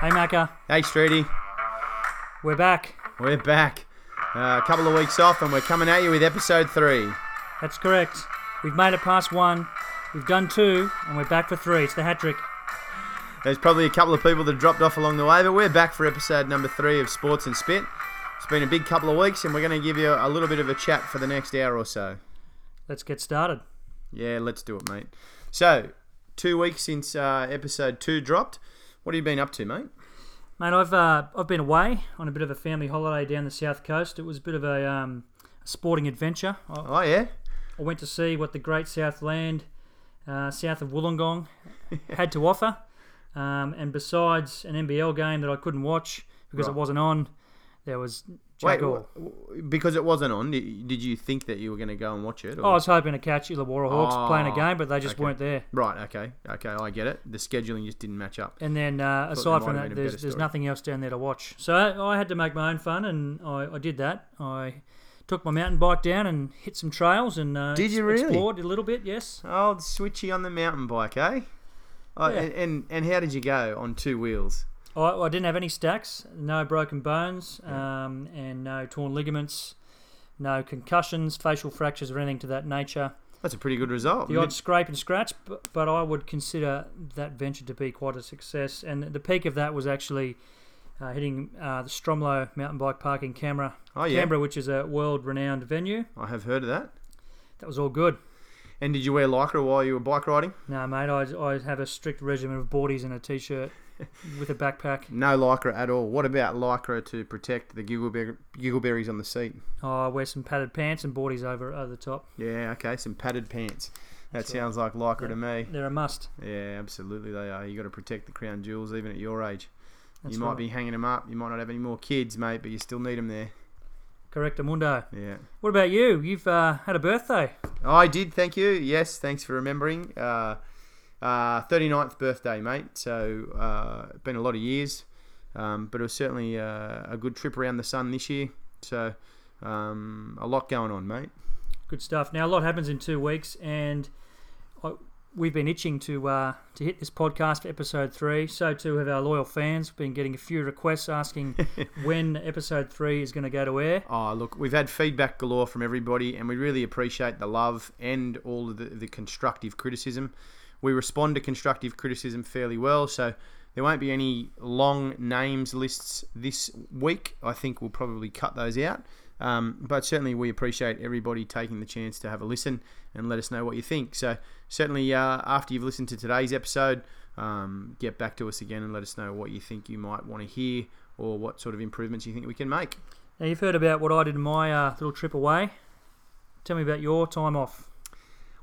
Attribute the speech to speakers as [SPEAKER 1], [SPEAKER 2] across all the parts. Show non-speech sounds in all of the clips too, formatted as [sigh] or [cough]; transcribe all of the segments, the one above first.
[SPEAKER 1] Hey, Macca.
[SPEAKER 2] Hey, Streety.
[SPEAKER 1] We're back.
[SPEAKER 2] We're back. Uh, a couple of weeks off, and we're coming at you with episode three.
[SPEAKER 1] That's correct. We've made it past one. We've done two, and we're back for three. It's the hat trick.
[SPEAKER 2] There's probably a couple of people that dropped off along the way, but we're back for episode number three of Sports and Spit. It's been a big couple of weeks, and we're going to give you a little bit of a chat for the next hour or so.
[SPEAKER 1] Let's get started.
[SPEAKER 2] Yeah, let's do it, mate. So, two weeks since uh, episode two dropped. What have you been up to, mate?
[SPEAKER 1] Mate, I've uh, I've been away on a bit of a family holiday down the south coast. It was a bit of a um, sporting adventure. I,
[SPEAKER 2] Oh, yeah.
[SPEAKER 1] I went to see what the Great South Land, uh, south of
[SPEAKER 2] [laughs]
[SPEAKER 1] Wollongong, had to offer. Um, and besides an NBL game that I couldn't watch because
[SPEAKER 2] Right.
[SPEAKER 1] it wasn't on, there was
[SPEAKER 2] Wait,
[SPEAKER 1] jack all.
[SPEAKER 2] w- w- because it wasn't on, di- did you think that you were going to go and watch it?
[SPEAKER 1] Oh, I
[SPEAKER 2] Or?
[SPEAKER 1] was hoping to catch Illawarra Hawks playing a
[SPEAKER 2] Oh,
[SPEAKER 1] game, but they just
[SPEAKER 2] okay.
[SPEAKER 1] weren't there.
[SPEAKER 2] right, okay. Okay, I get it. The scheduling just didn't match up.
[SPEAKER 1] And then uh,
[SPEAKER 2] there
[SPEAKER 1] aside
[SPEAKER 2] might
[SPEAKER 1] from
[SPEAKER 2] have
[SPEAKER 1] that,
[SPEAKER 2] been a
[SPEAKER 1] there's,
[SPEAKER 2] better
[SPEAKER 1] there's
[SPEAKER 2] story.
[SPEAKER 1] nothing else down there to watch. So I had to make my own fun, and I, I did that. I took my mountain bike down and hit some trails and uh,
[SPEAKER 2] Did
[SPEAKER 1] ex-
[SPEAKER 2] you really?
[SPEAKER 1] explored a little bit. Yes,
[SPEAKER 2] Old switchy on Oh, the mountain bike, eh? Oh,
[SPEAKER 1] Yeah.
[SPEAKER 2] and, and and how did you go on two wheels?
[SPEAKER 1] I, I didn't have any stacks, no broken bones, um, and no torn ligaments, no concussions, facial fractures, or anything to that nature.
[SPEAKER 2] That's a pretty good result.
[SPEAKER 1] The odd scrape and scratch, but, but I would consider that venture to be quite a success. And the peak of that was actually uh, hitting uh, the Stromlo Mountain Bike Park in Canberra.
[SPEAKER 2] oh yeah,
[SPEAKER 1] Canberra, which is a world-renowned venue.
[SPEAKER 2] I have heard of that.
[SPEAKER 1] That was all good.
[SPEAKER 2] And did you wear lycra while you were bike riding?
[SPEAKER 1] No, mate, I, I have a strict regimen of boardies and a
[SPEAKER 2] [laughs]
[SPEAKER 1] t-shirt with a backpack.
[SPEAKER 2] No lycra at all. What about lycra to protect the giggleberry, giggleberries on the seat?
[SPEAKER 1] Oh, I wear some padded pants and boardies over over the top.
[SPEAKER 2] Yeah, okay, some padded pants. That
[SPEAKER 1] That's right.
[SPEAKER 2] sounds like lycra
[SPEAKER 1] Yeah.
[SPEAKER 2] to me.
[SPEAKER 1] They're a must.
[SPEAKER 2] Yeah, absolutely they are. You got to protect the crown jewels even at your age.
[SPEAKER 1] That's
[SPEAKER 2] you might
[SPEAKER 1] right.
[SPEAKER 2] be hanging them up. You might not have any more kids, mate, but you still need them there.
[SPEAKER 1] correct, Amundo.
[SPEAKER 2] Yeah.
[SPEAKER 1] What about you? You've uh, had a birthday.
[SPEAKER 2] I did, thank you. Yes, thanks for remembering. Uh, uh, 39th birthday, mate. So, uh, been a lot of years, um, but it was certainly uh, a good trip around the sun this year. So, um, a lot going on, mate.
[SPEAKER 1] Good stuff. Now a lot happens in two weeks, and I, we've been itching to uh, to hit this podcast for episode three. So too have our loyal fans. We've been getting a few requests
[SPEAKER 2] [laughs]
[SPEAKER 1] asking when episode three is going to go to air.
[SPEAKER 2] Oh, look, we've had feedback galore from everybody, and we really appreciate the love and all of the, the constructive criticism. We respond to constructive criticism fairly well, so there won't be any long names lists this week. I think we'll probably cut those out. Um, but certainly, we appreciate everybody taking the chance to have a listen and let us know what you think. So, certainly, uh, after you've listened to today's episode, um, get back to us again and let us know what you think you might want to hear or what sort of improvements you think we can make.
[SPEAKER 1] Now you've heard about what I did in my uh, little trip away. Tell me about your time off.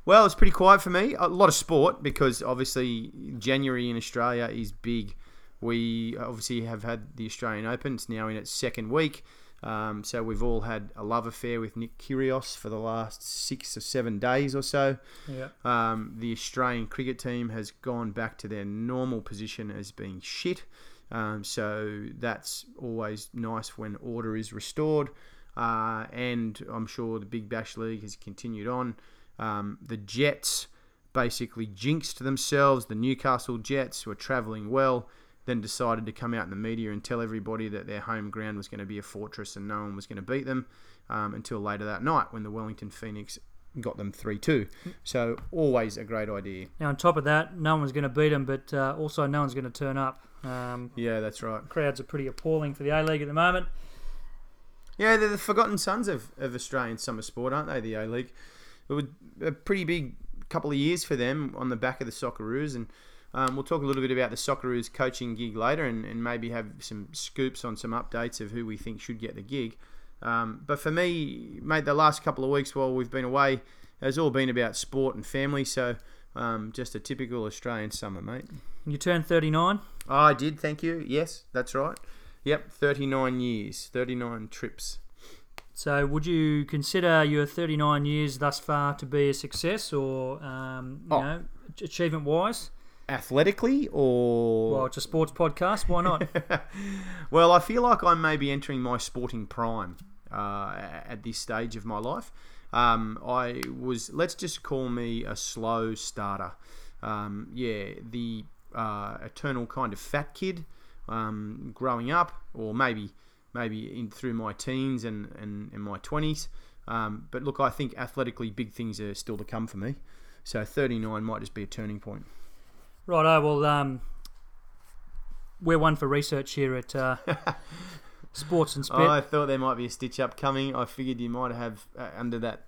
[SPEAKER 2] Well, it's pretty quiet for me. A lot of sport because obviously January in Australia is big. We obviously have had the Australian Open. It's now in its second week. Um, so we've all had a love affair with Nick Kyrgios for the last six or seven days or so.
[SPEAKER 1] Yeah.
[SPEAKER 2] Um, the Australian cricket team has gone back to their normal position as being shit. Um, so that's always nice when order is restored. Uh, and I'm sure the Big Bash League has continued on. Um, the Jets basically jinxed themselves. The Newcastle Jets were travelling well, then decided to come out in the media and tell everybody that their home ground was going to be a fortress and no one was going to beat them um, until later that night when the Wellington Phoenix got them 3 2. So, always a great idea.
[SPEAKER 1] Now on top of that, no one's going to beat them, but uh, also no one's going to turn up. Um,
[SPEAKER 2] Yeah, that's right.
[SPEAKER 1] crowds are pretty appalling for the A League at the moment.
[SPEAKER 2] Yeah, they're the forgotten sons of, of Australian summer sport, aren't they, the A League? It was a pretty big couple of years for them on the back of the Socceroos. And um, we'll talk a little bit about the Socceroos coaching gig later and, and maybe have some scoops on some updates of who we think should get the gig. Um, but for me, mate, the last couple of weeks while we've been away has all been about sport and family. So, um, just a typical Australian summer, mate.
[SPEAKER 1] You turned 39.
[SPEAKER 2] I did, thank you. Yes, that's right. Yep, 39 years, 39 trips.
[SPEAKER 1] So, would you consider your 39 years thus far to be a success, or um, you
[SPEAKER 2] Oh.
[SPEAKER 1] know, achievement-wise?
[SPEAKER 2] Athletically
[SPEAKER 1] Well,
[SPEAKER 2] or.
[SPEAKER 1] it's a sports podcast. Why [laughs] not?
[SPEAKER 2] well, I feel like I may be entering my sporting prime uh, at this stage of my life. Um, I was, let's just call me a slow starter. Um, yeah, the uh, eternal kind of fat kid um, growing up, or maybe maybe in, through my teens and, and, and my 20s. Um, but look, I think athletically big things are still to come for me. So 39 might just be a turning point.
[SPEAKER 1] Righto, well, um, we're one for research here at [laughs] uh, Sports and Spit.
[SPEAKER 2] Oh, I thought there might be a stitch up coming. I figured you might have uh, under that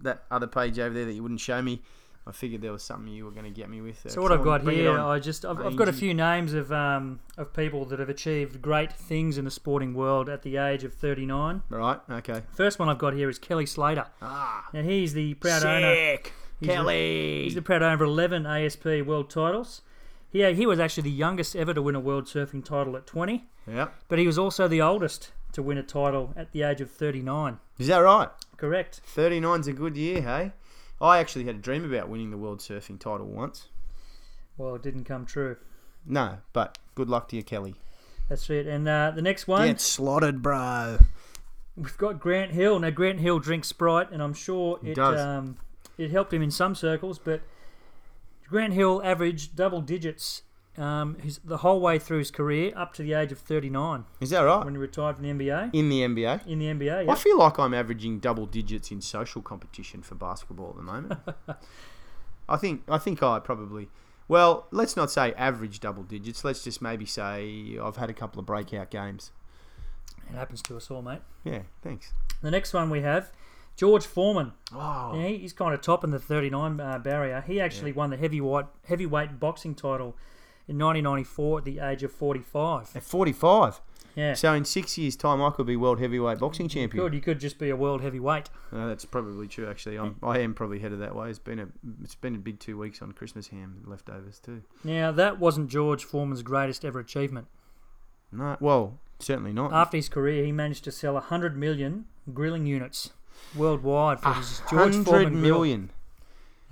[SPEAKER 2] that other page over there that you wouldn't show me. I figured there was something you were going to get me with.
[SPEAKER 1] so what I've
[SPEAKER 2] Come on,
[SPEAKER 1] got
[SPEAKER 2] bring it
[SPEAKER 1] here,
[SPEAKER 2] on.
[SPEAKER 1] I just I've, I've got a
[SPEAKER 2] Mate.
[SPEAKER 1] few names of um, of people that have achieved great things in the sporting world at the age of 39.
[SPEAKER 2] right? Okay.
[SPEAKER 1] First one I've got here is Kelly Slater.
[SPEAKER 2] Ah,
[SPEAKER 1] Now he's the proud owner
[SPEAKER 2] sick,
[SPEAKER 1] He's a-
[SPEAKER 2] Kelly.
[SPEAKER 1] He's the proud owner of 11 ASP world titles. He, he was actually the youngest ever to win a world surfing title at 20,
[SPEAKER 2] yep.
[SPEAKER 1] but he was also the oldest to win a title at the age of 39.
[SPEAKER 2] Is that right?
[SPEAKER 1] Correct.
[SPEAKER 2] 39's a good year, hey? I actually had a dream about winning the world surfing title once.
[SPEAKER 1] Well, it didn't come true.
[SPEAKER 2] No, but good luck to you, Kelly.
[SPEAKER 1] That's it. And uh, the next one,
[SPEAKER 2] Get slotted, bro.
[SPEAKER 1] we've got Grant Hill. Now, Grant Hill drinks Sprite, and I'm sure
[SPEAKER 2] He
[SPEAKER 1] it,
[SPEAKER 2] does.
[SPEAKER 1] um, it helped him in some circles, but Grant Hill averaged double digits um, his, the whole way through his career up to the age of 39
[SPEAKER 2] Is that right?
[SPEAKER 1] when he retired from the NBA.
[SPEAKER 2] In the NBA?
[SPEAKER 1] In the NBA,
[SPEAKER 2] I
[SPEAKER 1] yeah.
[SPEAKER 2] feel like I'm averaging double digits in social competition for basketball at
[SPEAKER 1] [laughs]
[SPEAKER 2] the moment. I think I think I probably well, let's not say average double digits. Let's just maybe say I've had a couple of breakout games.
[SPEAKER 1] It happens to us all, mate.
[SPEAKER 2] Yeah, thanks.
[SPEAKER 1] The next one we have George Foreman.
[SPEAKER 2] Oh,
[SPEAKER 1] Yeah, he- he's kind of topping the 39 uh, barrier. He actually won the heavyweight heavyweight boxing title in 1994 at the age of 45.
[SPEAKER 2] [laughs] at 45.
[SPEAKER 1] Yeah,
[SPEAKER 2] So in six years' time, I could be world heavyweight boxing champion.
[SPEAKER 1] good. You could just be a world heavyweight.
[SPEAKER 2] No, that's probably true. Actually, I'm, I am probably headed that way. It's been a it's been a big two weeks on Christmas ham leftovers too.
[SPEAKER 1] Now that wasn't George Foreman's greatest ever achievement.
[SPEAKER 2] No, well, certainly not.
[SPEAKER 1] After his career, he managed to sell 100 million grilling units worldwide for his George
[SPEAKER 2] Hundred
[SPEAKER 1] Foreman grill.
[SPEAKER 2] million.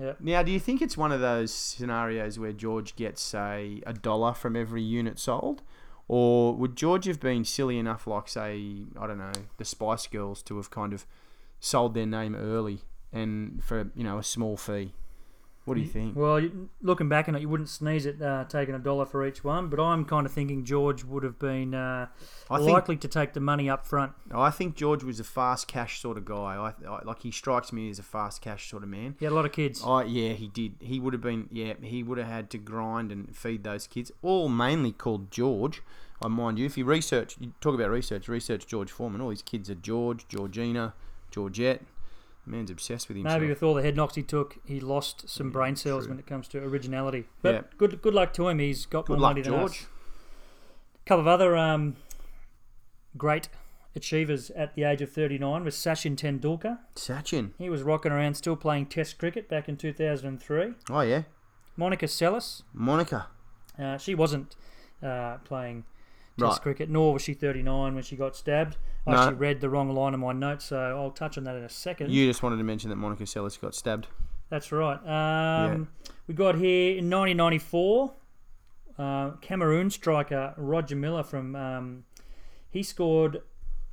[SPEAKER 1] Yep.
[SPEAKER 2] Now, do you think it's one of those scenarios where George gets say a dollar from every unit sold, or would George have been silly enough, like say I don't know, the Spice Girls, to have kind of sold their name early and for you know a small fee? What do you think?
[SPEAKER 1] Well, you- looking back on it, you wouldn't sneeze at uh, taking a dollar for each one, but I'm kind of thinking George would have been uh,
[SPEAKER 2] I think
[SPEAKER 1] likely to take the money up front.
[SPEAKER 2] I think George was a fast cash sort of guy. I, I like he strikes me as a fast cash sort of man.
[SPEAKER 1] He had a lot of kids.
[SPEAKER 2] Oh yeah, he did. He would have been yeah. He would have had to grind and feed those kids, all mainly called George. I mind you, if you research, you talk about research, research George Foreman. All his kids are George, Georgina, Georgette. The man's obsessed with himself.
[SPEAKER 1] Maybe with all the head knocks he took, he lost some
[SPEAKER 2] Yeah,
[SPEAKER 1] brain cells
[SPEAKER 2] true.
[SPEAKER 1] when it comes to originality. But
[SPEAKER 2] Yeah.
[SPEAKER 1] good good luck to him. He's got
[SPEAKER 2] Good
[SPEAKER 1] more
[SPEAKER 2] luck,
[SPEAKER 1] money than
[SPEAKER 2] George.
[SPEAKER 1] us. A couple of other um, great achievers at the age of 39 was Sachin Tendulkar.
[SPEAKER 2] Sachin.
[SPEAKER 1] He was rocking around still playing Test cricket back in 2003.
[SPEAKER 2] Oh yeah,
[SPEAKER 1] Monica Seles,
[SPEAKER 2] Monica.
[SPEAKER 1] uh, she wasn't uh, playing Test
[SPEAKER 2] Right.
[SPEAKER 1] cricket, nor was she 39 when she got stabbed. I
[SPEAKER 2] No.
[SPEAKER 1] actually read the wrong line in my notes, so I'll touch on that in a second.
[SPEAKER 2] You just wanted to mention that Monica Seles got stabbed.
[SPEAKER 1] That's right. Um, We got here in 1994, uh, Cameroon striker Roger Miller from um, he scored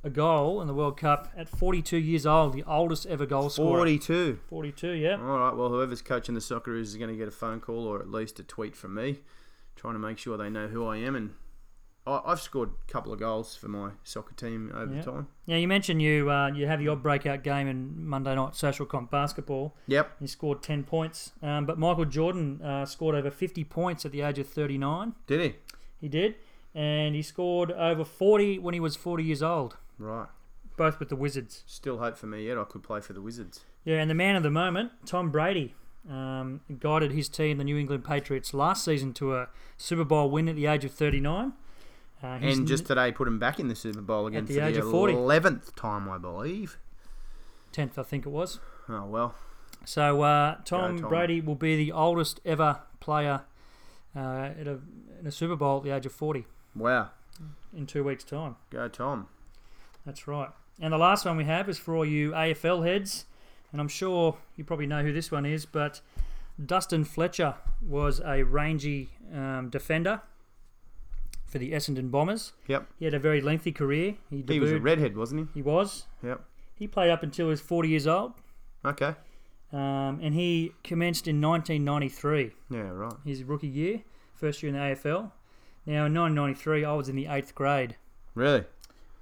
[SPEAKER 1] a goal in the World Cup at 42 years old, the oldest ever goal scorer.
[SPEAKER 2] Forty-two.
[SPEAKER 1] 42, yeah.
[SPEAKER 2] All right. Well, whoever's coaching the Socceroos is going to get a phone call or at least a tweet from me, trying to make sure they know who I am. And I, I've scored a couple of goals for my soccer team over
[SPEAKER 1] Yeah.
[SPEAKER 2] time.
[SPEAKER 1] Now you mentioned you uh, you have your breakout game in Monday night social comp basketball.
[SPEAKER 2] Yep.
[SPEAKER 1] You scored 10 points, um, but Michael Jordan uh, scored over 50 points at the age of 39.
[SPEAKER 2] Did he?
[SPEAKER 1] He did, and he scored over 40 when he was 40 years old.
[SPEAKER 2] Right.
[SPEAKER 1] Both with the Wizards.
[SPEAKER 2] Still hope for me yet. I could play for the Wizards.
[SPEAKER 1] Yeah, and the man of the moment, Tom Brady, um, guided his team, the New England Patriots, last season to a Super Bowl win at the age of 39. Uh, he's
[SPEAKER 2] and just today put him back in the Super Bowl again
[SPEAKER 1] At the
[SPEAKER 2] for
[SPEAKER 1] age
[SPEAKER 2] the
[SPEAKER 1] of 40.
[SPEAKER 2] eleventh time, I believe.
[SPEAKER 1] 10th, I think it was.
[SPEAKER 2] Oh well.
[SPEAKER 1] So uh, Tom,
[SPEAKER 2] Tom.
[SPEAKER 1] Brady will be the oldest ever player uh, at a, in a Super Bowl at the age of 40
[SPEAKER 2] Wow.
[SPEAKER 1] in two weeks' time.
[SPEAKER 2] Go Tom.
[SPEAKER 1] That's right. And the last one we have is for all you AFL heads, and I'm sure you probably know who this one is, but Dustin Fletcher was a rangy um, defender for the Essendon Bombers.
[SPEAKER 2] Yep.
[SPEAKER 1] He had a very lengthy career. He,
[SPEAKER 2] He was a
[SPEAKER 1] debuted-
[SPEAKER 2] redhead, wasn't
[SPEAKER 1] he was.
[SPEAKER 2] he? Yep.
[SPEAKER 1] He played up until he was 40 years old,
[SPEAKER 2] Okay.
[SPEAKER 1] um, and he commenced in 1993,
[SPEAKER 2] Yeah. Right.
[SPEAKER 1] his rookie year, first year in the AFL. Now, in 1993, I was in the eighth grade.
[SPEAKER 2] Really?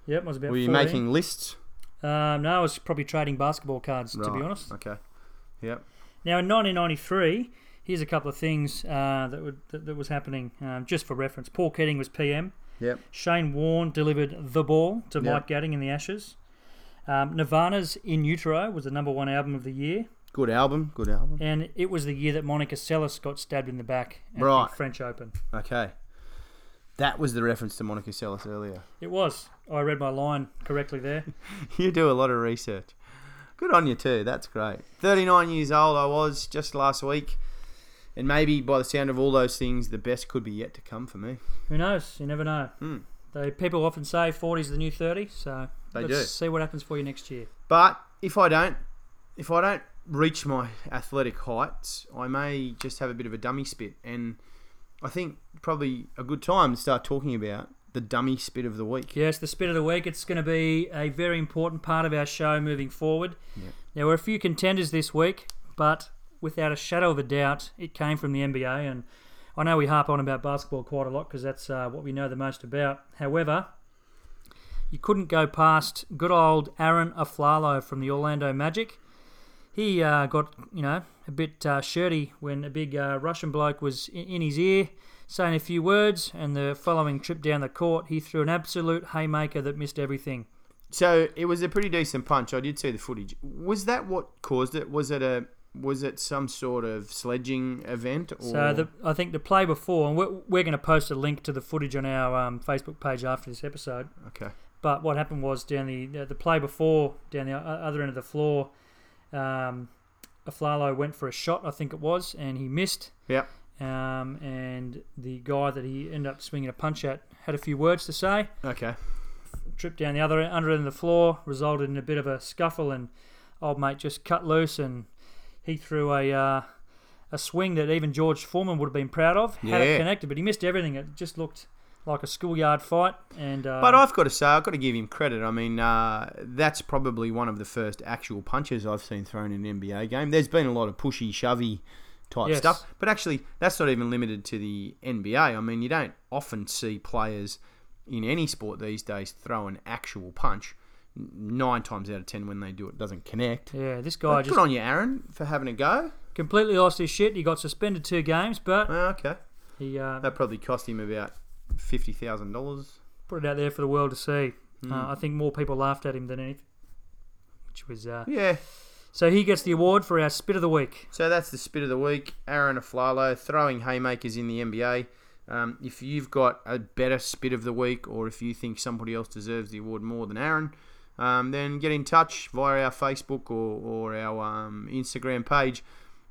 [SPEAKER 1] Yep, I was about.
[SPEAKER 2] Were you
[SPEAKER 1] 14.
[SPEAKER 2] making lists?
[SPEAKER 1] Um, no, I was probably trading basketball cards, to be
[SPEAKER 2] Right,
[SPEAKER 1] honest.
[SPEAKER 2] Okay. Yep.
[SPEAKER 1] Now, in 1993, here's a couple of things uh, that, would, that that was happening. Um, just for reference, Paul Keating was PM.
[SPEAKER 2] Yep.
[SPEAKER 1] Shane Warne delivered the ball to
[SPEAKER 2] Yep.
[SPEAKER 1] Mike Gadding in the Ashes. Um, Nirvana's In Utero was the number one album of the year,
[SPEAKER 2] Good album. Good album.
[SPEAKER 1] and it was the year that Monica Seles got stabbed in the back at
[SPEAKER 2] Right.
[SPEAKER 1] the French Open.
[SPEAKER 2] Okay. That was the reference to Monica Seles earlier. [laughs]
[SPEAKER 1] It was. I read my line correctly there.
[SPEAKER 2] You do a lot of research. Good on you too. That's great. 39 years old I was just last week. And maybe by the sound of all those things, the best could be yet to come for me.
[SPEAKER 1] Who knows? You never know.
[SPEAKER 2] Hmm.
[SPEAKER 1] They, people often say 40 is the new 30, so
[SPEAKER 2] They
[SPEAKER 1] let's
[SPEAKER 2] do.
[SPEAKER 1] see what happens for you next year.
[SPEAKER 2] But if I don't, if I don't reach my athletic heights, I may just have a bit of a dummy spit. And I think probably a good time to start talking about the dummy spit of the week.
[SPEAKER 1] Yes, the spit of the week. It's going to be a very important part of our show moving forward. There were a few contenders this week, but without a shadow of a doubt, it came from the NBA. And I know we harp on about basketball quite a lot because that's uh, what we know the most about. However, you couldn't go past good old Aaron Aflalo from the Orlando Magic. He uh, got, you know, a bit uh, shirty when a big uh, Russian bloke was in, in his ear saying a few words, and the following trip down the court, he threw an absolute haymaker that missed everything.
[SPEAKER 2] So it was a pretty decent punch. I did see the footage. Was that what caused it? Was it a was it some sort of sledging event? Or...
[SPEAKER 1] So the, I think the play before, and we're, we're going to post a link to the footage on our um, Facebook page after this episode.
[SPEAKER 2] okay,
[SPEAKER 1] But what happened was down the uh, the play before, down the o- other end of the floor, um, Aflalo went for a shot, I think it was, and he missed.
[SPEAKER 2] Yep.
[SPEAKER 1] Um, and the guy that he ended up swinging a punch at had a few words to say.
[SPEAKER 2] okay,
[SPEAKER 1] Tripped down the other under end of the floor, resulted in a bit of a scuffle, and old mate just cut loose and he threw a uh, a swing that even George Foreman would have been proud of had it
[SPEAKER 2] Yeah.
[SPEAKER 1] connected, but he missed everything. It just looked like a schoolyard fight, and uh,
[SPEAKER 2] but I've got to say I've got to give him credit. I mean, uh, that's probably one of the first actual punches I've seen thrown in an NBA game. There's been a lot of pushy, shovey type
[SPEAKER 1] Yes.
[SPEAKER 2] stuff, but actually that's not even limited to the NBA. I mean, you don't often see players in any sport these days throw an actual punch. N- Nine times out of ten, when they do it, doesn't connect.
[SPEAKER 1] yeah, this guy
[SPEAKER 2] But
[SPEAKER 1] just
[SPEAKER 2] Good on you, Aaron, for having a go.
[SPEAKER 1] completely lost his shit. He got suspended two games, but
[SPEAKER 2] Oh, okay,
[SPEAKER 1] he uh,
[SPEAKER 2] that probably cost him about fifty thousand dollars.
[SPEAKER 1] put it out there for the world to see.
[SPEAKER 2] Hmm.
[SPEAKER 1] Uh, I think more people laughed at him than anything, which was uh,
[SPEAKER 2] Yeah.
[SPEAKER 1] so he gets the award for our spit of the week.
[SPEAKER 2] So that's the spit of the week. Aaron Aflalo throwing haymakers in the NBA. Um, if you've got a better spit of the week, or if you think somebody else deserves the award more than Aaron, um, then get in touch via our Facebook or, or our um, Instagram page.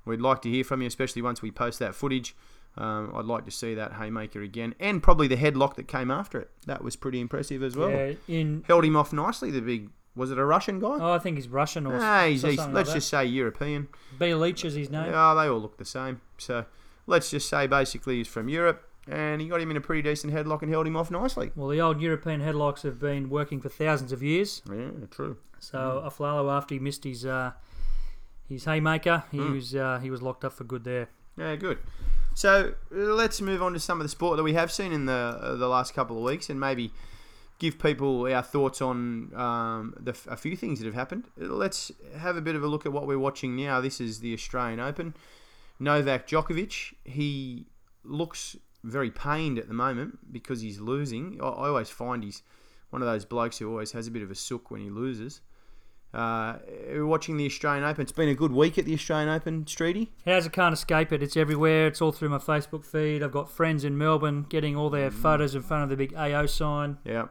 [SPEAKER 2] We'd like to hear from you, especially once we post that footage. Um, I'd like to see that haymaker again, and probably the headlock that came after it. That was pretty impressive as well.
[SPEAKER 1] Yeah, in
[SPEAKER 2] held him off nicely. The big was it a Russian guy?
[SPEAKER 1] oh, I think he's Russian or
[SPEAKER 2] Ah, he's,
[SPEAKER 1] so
[SPEAKER 2] he's-
[SPEAKER 1] something like
[SPEAKER 2] let's
[SPEAKER 1] that.
[SPEAKER 2] just say European.
[SPEAKER 1] B. Leach is his name.
[SPEAKER 2] Yeah, they all look the same. So let's just say basically he's from Europe, and he got him in a pretty decent headlock and held him off nicely.
[SPEAKER 1] Well, the old European headlocks have been working for thousands of years.
[SPEAKER 2] Yeah, true. Hmm.
[SPEAKER 1] So Aflalo, after he missed his uh, his haymaker, he
[SPEAKER 2] Mm.
[SPEAKER 1] was uh, he was locked up for good there.
[SPEAKER 2] Yeah, good. So let's move on to some of the sport that we have seen in the uh, the last couple of weeks, and maybe give people our thoughts on um, the, f- a few things that have happened. Let's have a bit of a look at what we're watching now. This is the Australian Open. Novak Djokovic, he looks very pained at the moment because he's losing. I, I always find he's one of those blokes who always has a bit of a sook when he loses. Uh, we're watching the Australian Open. It's been a good week at the Australian Open, Streety.
[SPEAKER 1] How's I can't escape it? It's everywhere. It's all through my Facebook feed. I've got friends in Melbourne getting all their
[SPEAKER 2] Hmm.
[SPEAKER 1] photos in front of the big AO sign.
[SPEAKER 2] Yeah,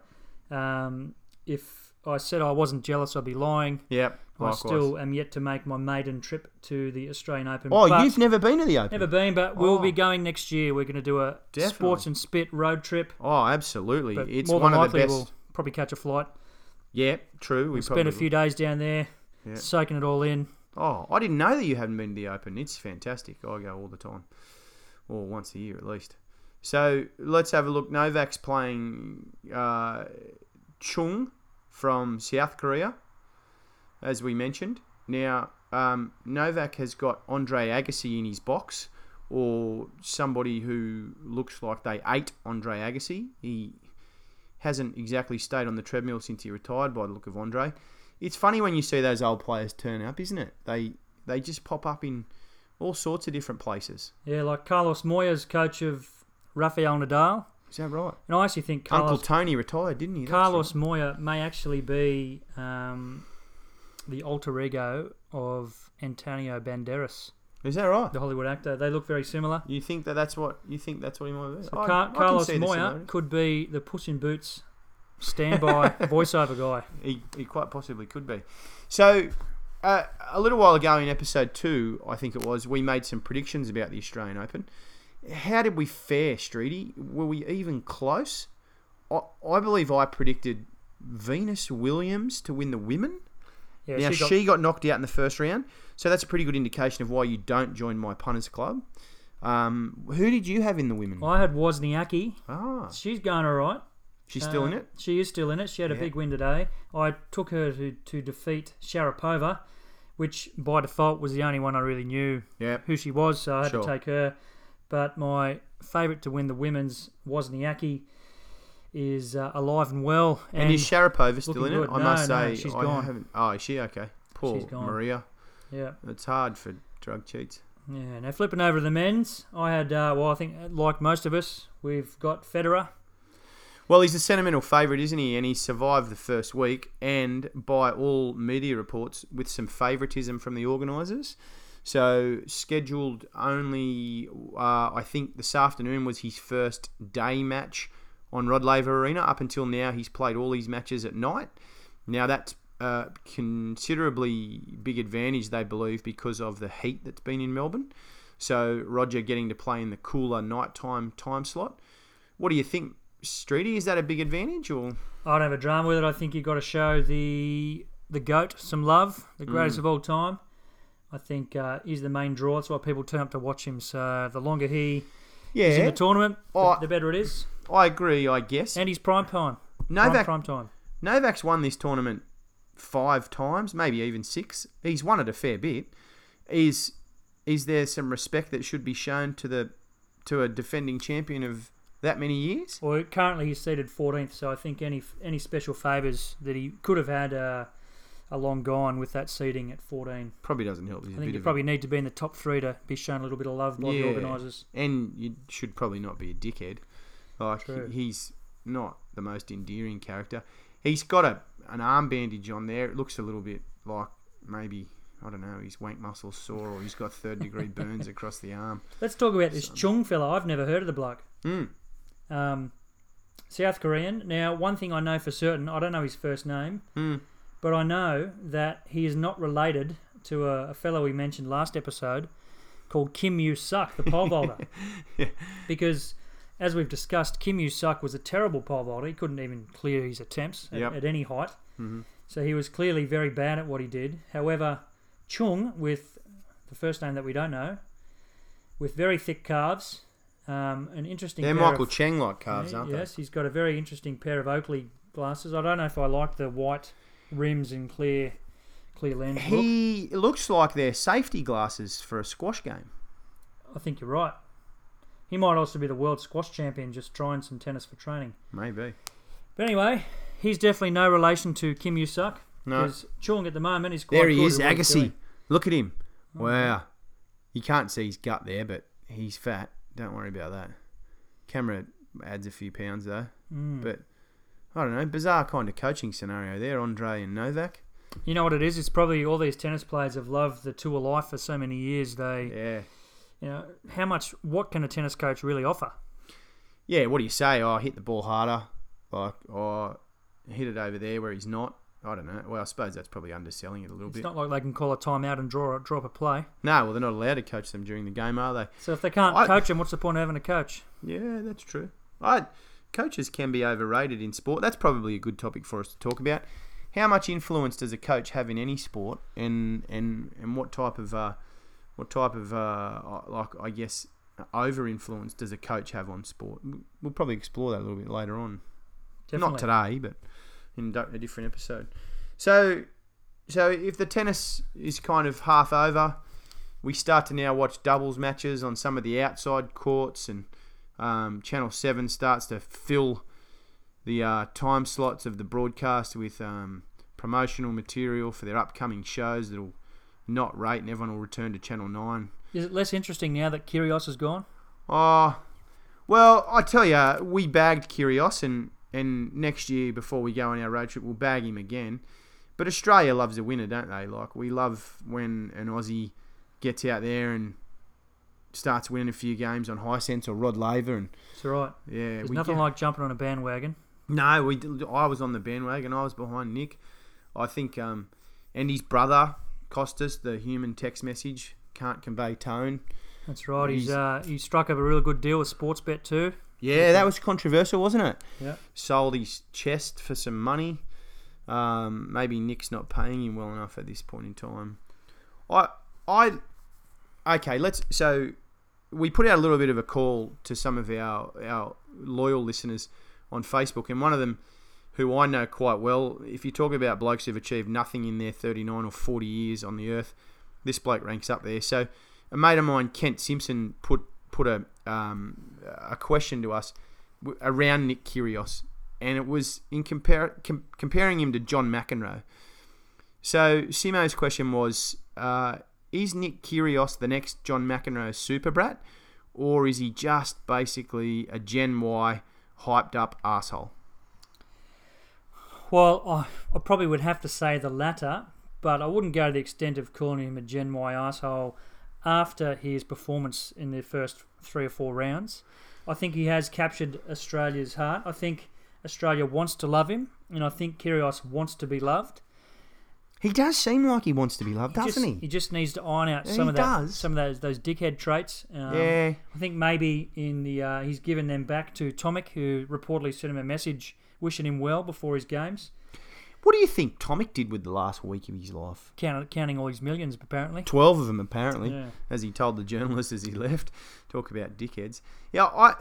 [SPEAKER 1] Um, if I said I wasn't jealous, I'd be lying.
[SPEAKER 2] yeah. likewise.
[SPEAKER 1] I still am yet to make my maiden trip to the Australian Open.
[SPEAKER 2] Oh,
[SPEAKER 1] but
[SPEAKER 2] you've never been to the Open?
[SPEAKER 1] never been, but we'll
[SPEAKER 2] Oh.
[SPEAKER 1] be going next year. We're going to do a
[SPEAKER 2] Definitely.
[SPEAKER 1] sports and spit road trip.
[SPEAKER 2] Oh, absolutely.
[SPEAKER 1] But
[SPEAKER 2] it's
[SPEAKER 1] more
[SPEAKER 2] one
[SPEAKER 1] than
[SPEAKER 2] of the
[SPEAKER 1] likely,
[SPEAKER 2] best.
[SPEAKER 1] we'll probably catch a flight.
[SPEAKER 2] Yeah, true. We
[SPEAKER 1] We spent a
[SPEAKER 2] probably
[SPEAKER 1] few days down there,
[SPEAKER 2] Yeah.
[SPEAKER 1] soaking it all in.
[SPEAKER 2] will. Oh, I didn't know that you hadn't been to the Open. It's fantastic. I go all the time, or once a year at least. So let's have a look. Novak's playing uh, Chung from South Korea, as we mentioned. Now um, Novak has got Andre Agassi in his box, or somebody who looks like they ate Andre Agassi. He hasn't exactly stayed on the treadmill since he retired by the look of Andre. It's funny when you see those old players turn up, isn't it? They they just pop up in all sorts of different places.
[SPEAKER 1] Yeah, like Carlos Moya's coach of Rafael Nadal.
[SPEAKER 2] Is that right?
[SPEAKER 1] And I actually think Carlos,
[SPEAKER 2] Uncle Tony retired, didn't he? That's
[SPEAKER 1] Carlos Moya may actually be um, the alter ego of Antonio Banderas,
[SPEAKER 2] right. Is that right?
[SPEAKER 1] the Hollywood actor. They look very similar.
[SPEAKER 2] You think that that's what you think that's what he might be?
[SPEAKER 1] So
[SPEAKER 2] I-
[SPEAKER 1] Car-
[SPEAKER 2] I can
[SPEAKER 1] Carlos
[SPEAKER 2] see the
[SPEAKER 1] Moya
[SPEAKER 2] similarities.
[SPEAKER 1] could be the Puss in Boots
[SPEAKER 2] [laughs]
[SPEAKER 1] standby voiceover guy.
[SPEAKER 2] He, he quite possibly could be. So, uh, a little while ago in episode two, I think it was, we made some predictions about the Australian Open. How did we fare, Streety? Were we even close? I, I believe I predicted Venus Williams to win the women.
[SPEAKER 1] Yeah,
[SPEAKER 2] now,
[SPEAKER 1] she got-
[SPEAKER 2] she got knocked out in the first round, so that's a pretty good indication of why you don't join my punters club. Um, who did you have in the women?
[SPEAKER 1] I had Wozniacki.
[SPEAKER 2] Ah,
[SPEAKER 1] She's going all right.
[SPEAKER 2] she's still in
[SPEAKER 1] Uh,
[SPEAKER 2] it.
[SPEAKER 1] She is still in it. She had a
[SPEAKER 2] Yeah.
[SPEAKER 1] big win today. I took her to, to defeat Sharapova, which by default was the only one I really knew
[SPEAKER 2] Yeah,
[SPEAKER 1] who she was, so I had
[SPEAKER 2] Sure.
[SPEAKER 1] to take her. But my favourite to win the women's Wozniacki is uh, alive and well,
[SPEAKER 2] And, is Sharapova still in
[SPEAKER 1] looking
[SPEAKER 2] it?
[SPEAKER 1] good.
[SPEAKER 2] I
[SPEAKER 1] No,
[SPEAKER 2] must
[SPEAKER 1] no,
[SPEAKER 2] say,
[SPEAKER 1] she's
[SPEAKER 2] I
[SPEAKER 1] gone.
[SPEAKER 2] haven't. Oh, is she okay? Poor
[SPEAKER 1] She's gone.
[SPEAKER 2] Maria.
[SPEAKER 1] yeah,
[SPEAKER 2] It's hard for drug cheats.
[SPEAKER 1] yeah. Now flipping over to the men's, I had uh, well, I think like most of us, we've got Federer.
[SPEAKER 2] Well, he's a sentimental favourite, isn't he? And he survived the first week, and by all media reports, with some favouritism from the organisers. So scheduled only, uh, I think this afternoon was his first day match on Rod Laver Arena. Up until now, he's played all his matches at night. Now that's a considerably big advantage, they believe, because of the heat that's been in Melbourne. So Roger getting to play in the cooler nighttime time slot. What do you think, Streety? Is that a big advantage or?
[SPEAKER 1] I don't have a drama with it. I think you've got to show the the goat some love, the greatest
[SPEAKER 2] Mm.
[SPEAKER 1] of all time. I think uh, he's the main draw. That's why people turn up to watch him. So the longer he
[SPEAKER 2] Yeah,
[SPEAKER 1] is in the tournament, the,
[SPEAKER 2] Oh.
[SPEAKER 1] the better it is.
[SPEAKER 2] I agree. I guess
[SPEAKER 1] And he's prime time.
[SPEAKER 2] Novak
[SPEAKER 1] prime, prime time.
[SPEAKER 2] Novak's won this tournament five times, maybe even six. He's won it a fair bit. Is is there some respect that should be shown to the to a defending champion of that many years?
[SPEAKER 1] Well, currently he's seated 14th, so I think any any special favours that he could have had uh, are long gone with that seating at 14.
[SPEAKER 2] Probably doesn't help. He's
[SPEAKER 1] I
[SPEAKER 2] a
[SPEAKER 1] think
[SPEAKER 2] bit
[SPEAKER 1] you
[SPEAKER 2] of a-
[SPEAKER 1] probably need to be in the top three to be shown a little bit of love by
[SPEAKER 2] Yeah.
[SPEAKER 1] the organisers.
[SPEAKER 2] and you should probably not be a dickhead. Like
[SPEAKER 1] True.
[SPEAKER 2] he- he's not the most endearing character. He's got a an arm bandage on there. It looks a little bit like maybe I don't know. His wank muscle's sore, or he's got third
[SPEAKER 1] [laughs]
[SPEAKER 2] degree burns across the arm.
[SPEAKER 1] Let's talk about this Chung fella. I've never heard of the bloke.
[SPEAKER 2] Mm.
[SPEAKER 1] Um, South Korean. Now, one thing I know for certain, I don't know his first name,
[SPEAKER 2] Mm.
[SPEAKER 1] but I know that he is not related to a, a fellow we mentioned last episode called Kim Yu Suk, the pole vaulter.
[SPEAKER 2] [laughs]
[SPEAKER 1] Because, as we've discussed, Kim Yu Suk was a terrible pole vaulter. He couldn't even clear his attempts at,
[SPEAKER 2] Yep. Mm-hmm.
[SPEAKER 1] at any height. So he was clearly very bad at what he did. However, Chung, with the first name that we don't know, with very thick calves, um, an interesting
[SPEAKER 2] They're
[SPEAKER 1] pair of-
[SPEAKER 2] Michael Chang like calves, aren't
[SPEAKER 1] yes, he's got a very interesting pair of Oakley glasses. I don't know if I like the white rims and clear clear
[SPEAKER 2] they?
[SPEAKER 1] lens look.
[SPEAKER 2] He looks like they're safety glasses for a squash game.
[SPEAKER 1] I think you're right. He might also be the world squash champion just trying some tennis for training.
[SPEAKER 2] Maybe.
[SPEAKER 1] But anyway, he's definitely no relation to Kim Yu Suk.
[SPEAKER 2] No.
[SPEAKER 1] Because Chung at the moment is quite
[SPEAKER 2] There he
[SPEAKER 1] good
[SPEAKER 2] is,
[SPEAKER 1] at what he's
[SPEAKER 2] Agassi.
[SPEAKER 1] doing.
[SPEAKER 2] Look at him. Wow. You can't see his gut there, but he's fat. Don't worry about that. Camera adds a few pounds though. But I don't know, bizarre kind of coaching scenario there, Andre and Novak.
[SPEAKER 1] You know what it is? It's probably all these tennis players have loved the tour life for so many years. They,
[SPEAKER 2] Yeah.
[SPEAKER 1] you know, how much, what can a tennis coach really offer?
[SPEAKER 2] Yeah, what do you say? Oh, hit the ball harder. Like, oh, hit it over there where he's not. I don't know. Well, I suppose that's probably underselling it a little
[SPEAKER 1] It's
[SPEAKER 2] bit.
[SPEAKER 1] not like they can call a timeout and draw a, drop a play.
[SPEAKER 2] No, well, they're not allowed to coach them during the game, are they?
[SPEAKER 1] So if they can't
[SPEAKER 2] I-
[SPEAKER 1] coach him, what's the point of having a coach?
[SPEAKER 2] Yeah, that's true. I coaches can be overrated in sport. That's probably a good topic for us to talk about. How much influence does a coach have in any sport, and and and what type of uh, what type of uh, like I guess over influence does a coach have on sport? We'll probably explore that a little bit later on.
[SPEAKER 1] Definitely.
[SPEAKER 2] Not today, but in du- a different episode. So, so if the tennis is kind of half over, we start to now watch doubles matches on some of the outside courts, and um, Channel 7 starts to fill the uh, time slots of the broadcast with um, promotional material for their upcoming shows that'll not rate, and everyone will return to Channel 9.
[SPEAKER 1] Is it less interesting now that Kyrgios is gone?
[SPEAKER 2] Oh, well, I tell you, we bagged Kyrgios, and, and next year, before we go on our road trip, we'll bag him again. But Australia loves a winner, don't they? Like, we love when an Aussie gets out there and starts winning a few games on high sense or Rod Laver and
[SPEAKER 1] It's all right.
[SPEAKER 2] yeah
[SPEAKER 1] There's
[SPEAKER 2] we
[SPEAKER 1] nothing
[SPEAKER 2] get-
[SPEAKER 1] like jumping on a bandwagon.
[SPEAKER 2] no we did- I was on the bandwagon I was behind Nick I think um and his brother Costas the human text message can't convey tone
[SPEAKER 1] That's right. He's
[SPEAKER 2] He's-
[SPEAKER 1] uh, he struck up a real good deal with Sportsbet too.
[SPEAKER 2] yeah that was controversial wasn't it
[SPEAKER 1] Yeah.
[SPEAKER 2] sold his chest for some money um maybe Nick's not paying him well enough at this point in time I I okay let's so we put out a little bit of a call to some of our our loyal listeners on Facebook, and one of them, who I know quite well, if you talk about blokes who've achieved nothing in their 39 or 40 years on the earth, this bloke ranks up there. So, a mate of mine, Kent Simpson, put put a um, a question to us w- around Nick Kyrgios, and it was in compare com- comparing him to John McEnroe. So Simo's question was: uh, Is Nick Kyrgios the next John McEnroe super brat, or is he just basically a Gen Y hyped up asshole?
[SPEAKER 1] Well, I, I probably would have to say the latter, but I wouldn't go to the extent of calling him a Gen Y asshole after his performance in the first three or four rounds. I think he has captured Australia's heart. I think Australia wants to love him, and I think Kyrgios wants to be loved.
[SPEAKER 2] He does seem like he wants to be loved,
[SPEAKER 1] just,
[SPEAKER 2] doesn't
[SPEAKER 1] he just needs to iron out
[SPEAKER 2] Yeah,
[SPEAKER 1] some
[SPEAKER 2] he
[SPEAKER 1] of that,
[SPEAKER 2] does.
[SPEAKER 1] some of those those dickhead traits. Um,
[SPEAKER 2] yeah,
[SPEAKER 1] I think maybe in the uh, he's given them back to Tomic, who reportedly sent him a message wishing him well before his games,
[SPEAKER 2] What do you think Tomic did with the last week of his life?
[SPEAKER 1] count, counting all his millions apparently.
[SPEAKER 2] 12 of them, apparently,
[SPEAKER 1] Yeah.
[SPEAKER 2] as he told the journalist as he [laughs] left. Talk about dickheads. Yeah, I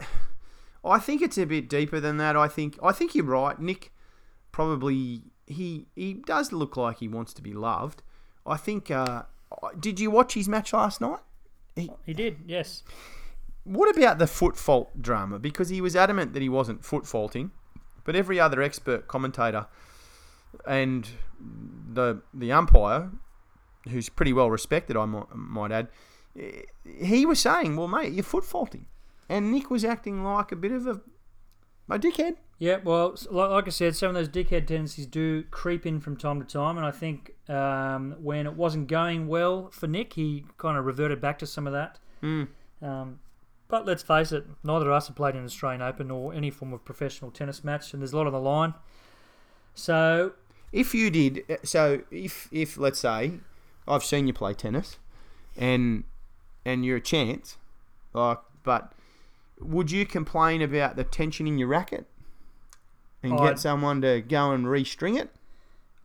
[SPEAKER 2] I think it's a bit deeper than that. I think I think you're right. Nick probably he he does look like he wants to be loved. I think uh, I- did you watch his match last night?
[SPEAKER 1] He did, yes.
[SPEAKER 2] What about the foot fault drama? Because he was adamant that he wasn't foot faulting, but every other expert commentator and the the umpire, who's pretty well respected, I might, might add, eh, he was saying, "Well, mate, you're foot faulting," and Nick was acting like a bit of a a dickhead.
[SPEAKER 1] Yeah, well, s- like, like I said, some of those dickhead tendencies do creep in from time to time, and I think um, when it wasn't going well for Nick, he kind of reverted back to some of that. Um, but let's face it, neither of us have played in an Australian Open or any form of professional tennis match, and there's a lot on the line. So
[SPEAKER 2] If you did, eh, so if if let's say I've seen you play tennis, and and you're a chance, like, but would you complain about the tension in your racket and
[SPEAKER 1] I'd-
[SPEAKER 2] get someone to go and restring it?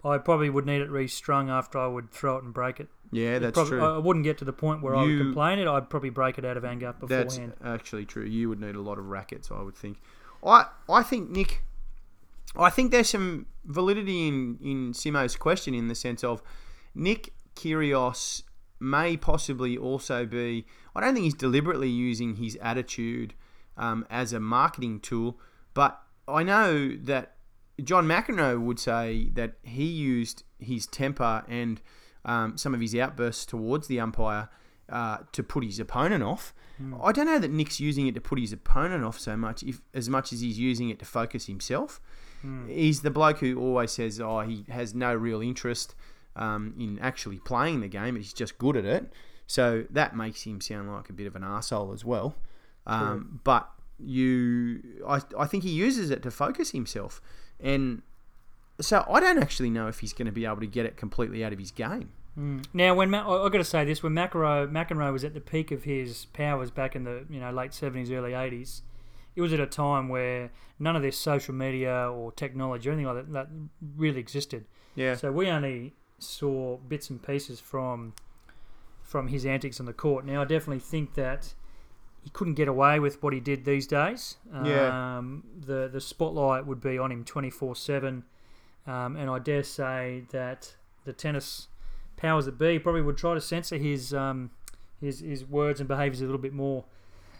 [SPEAKER 1] I probably would need it restrung after I would throw it and break it.
[SPEAKER 2] Yeah, that's
[SPEAKER 1] Probably- uh,
[SPEAKER 2] true.
[SPEAKER 1] I I wouldn't get to the point where I would
[SPEAKER 2] You-
[SPEAKER 1] complain it. I'd probably break it out of anger
[SPEAKER 2] That's
[SPEAKER 1] beforehand.
[SPEAKER 2] actually true. You would need a lot of rackets, I would think. I I think Nick, I think there's some validity in in Simo's question in the sense of Nick Kyrgios may possibly also be. I don't think he's deliberately using his attitude um, as a marketing tool, but I know that John McEnroe would say that he used his temper and um, some of his outbursts towards the umpire uh, to put his opponent off. I don't know that Nick's using it to put his opponent off so much, if as much as he's using it to focus himself. He's the bloke who always says, "Oh, he has no real interest um, in actually playing the game. He's just good at it." So that makes him sound like a bit of an arsehole as well. Um, but you, I, I think he uses it to focus himself, and so I don't actually know if he's going to be able to get it completely out of his game.
[SPEAKER 1] Mm. Now, when Ma- I, I got to say this, when McEnroe, McEnroe was at the peak of his powers back in the you know late seventies, early eighties, it was at a time where none of this social media or technology or anything like that, that really existed.
[SPEAKER 2] Yeah,
[SPEAKER 1] So we only saw bits and pieces from from his antics on the court. Now I definitely think that he couldn't get away with what he did these days.
[SPEAKER 2] Yeah.
[SPEAKER 1] Um, the the spotlight would be on him twenty four seven, and I dare say that the tennis powers that be probably would try to censor his um, his his words and behaviours a little bit more.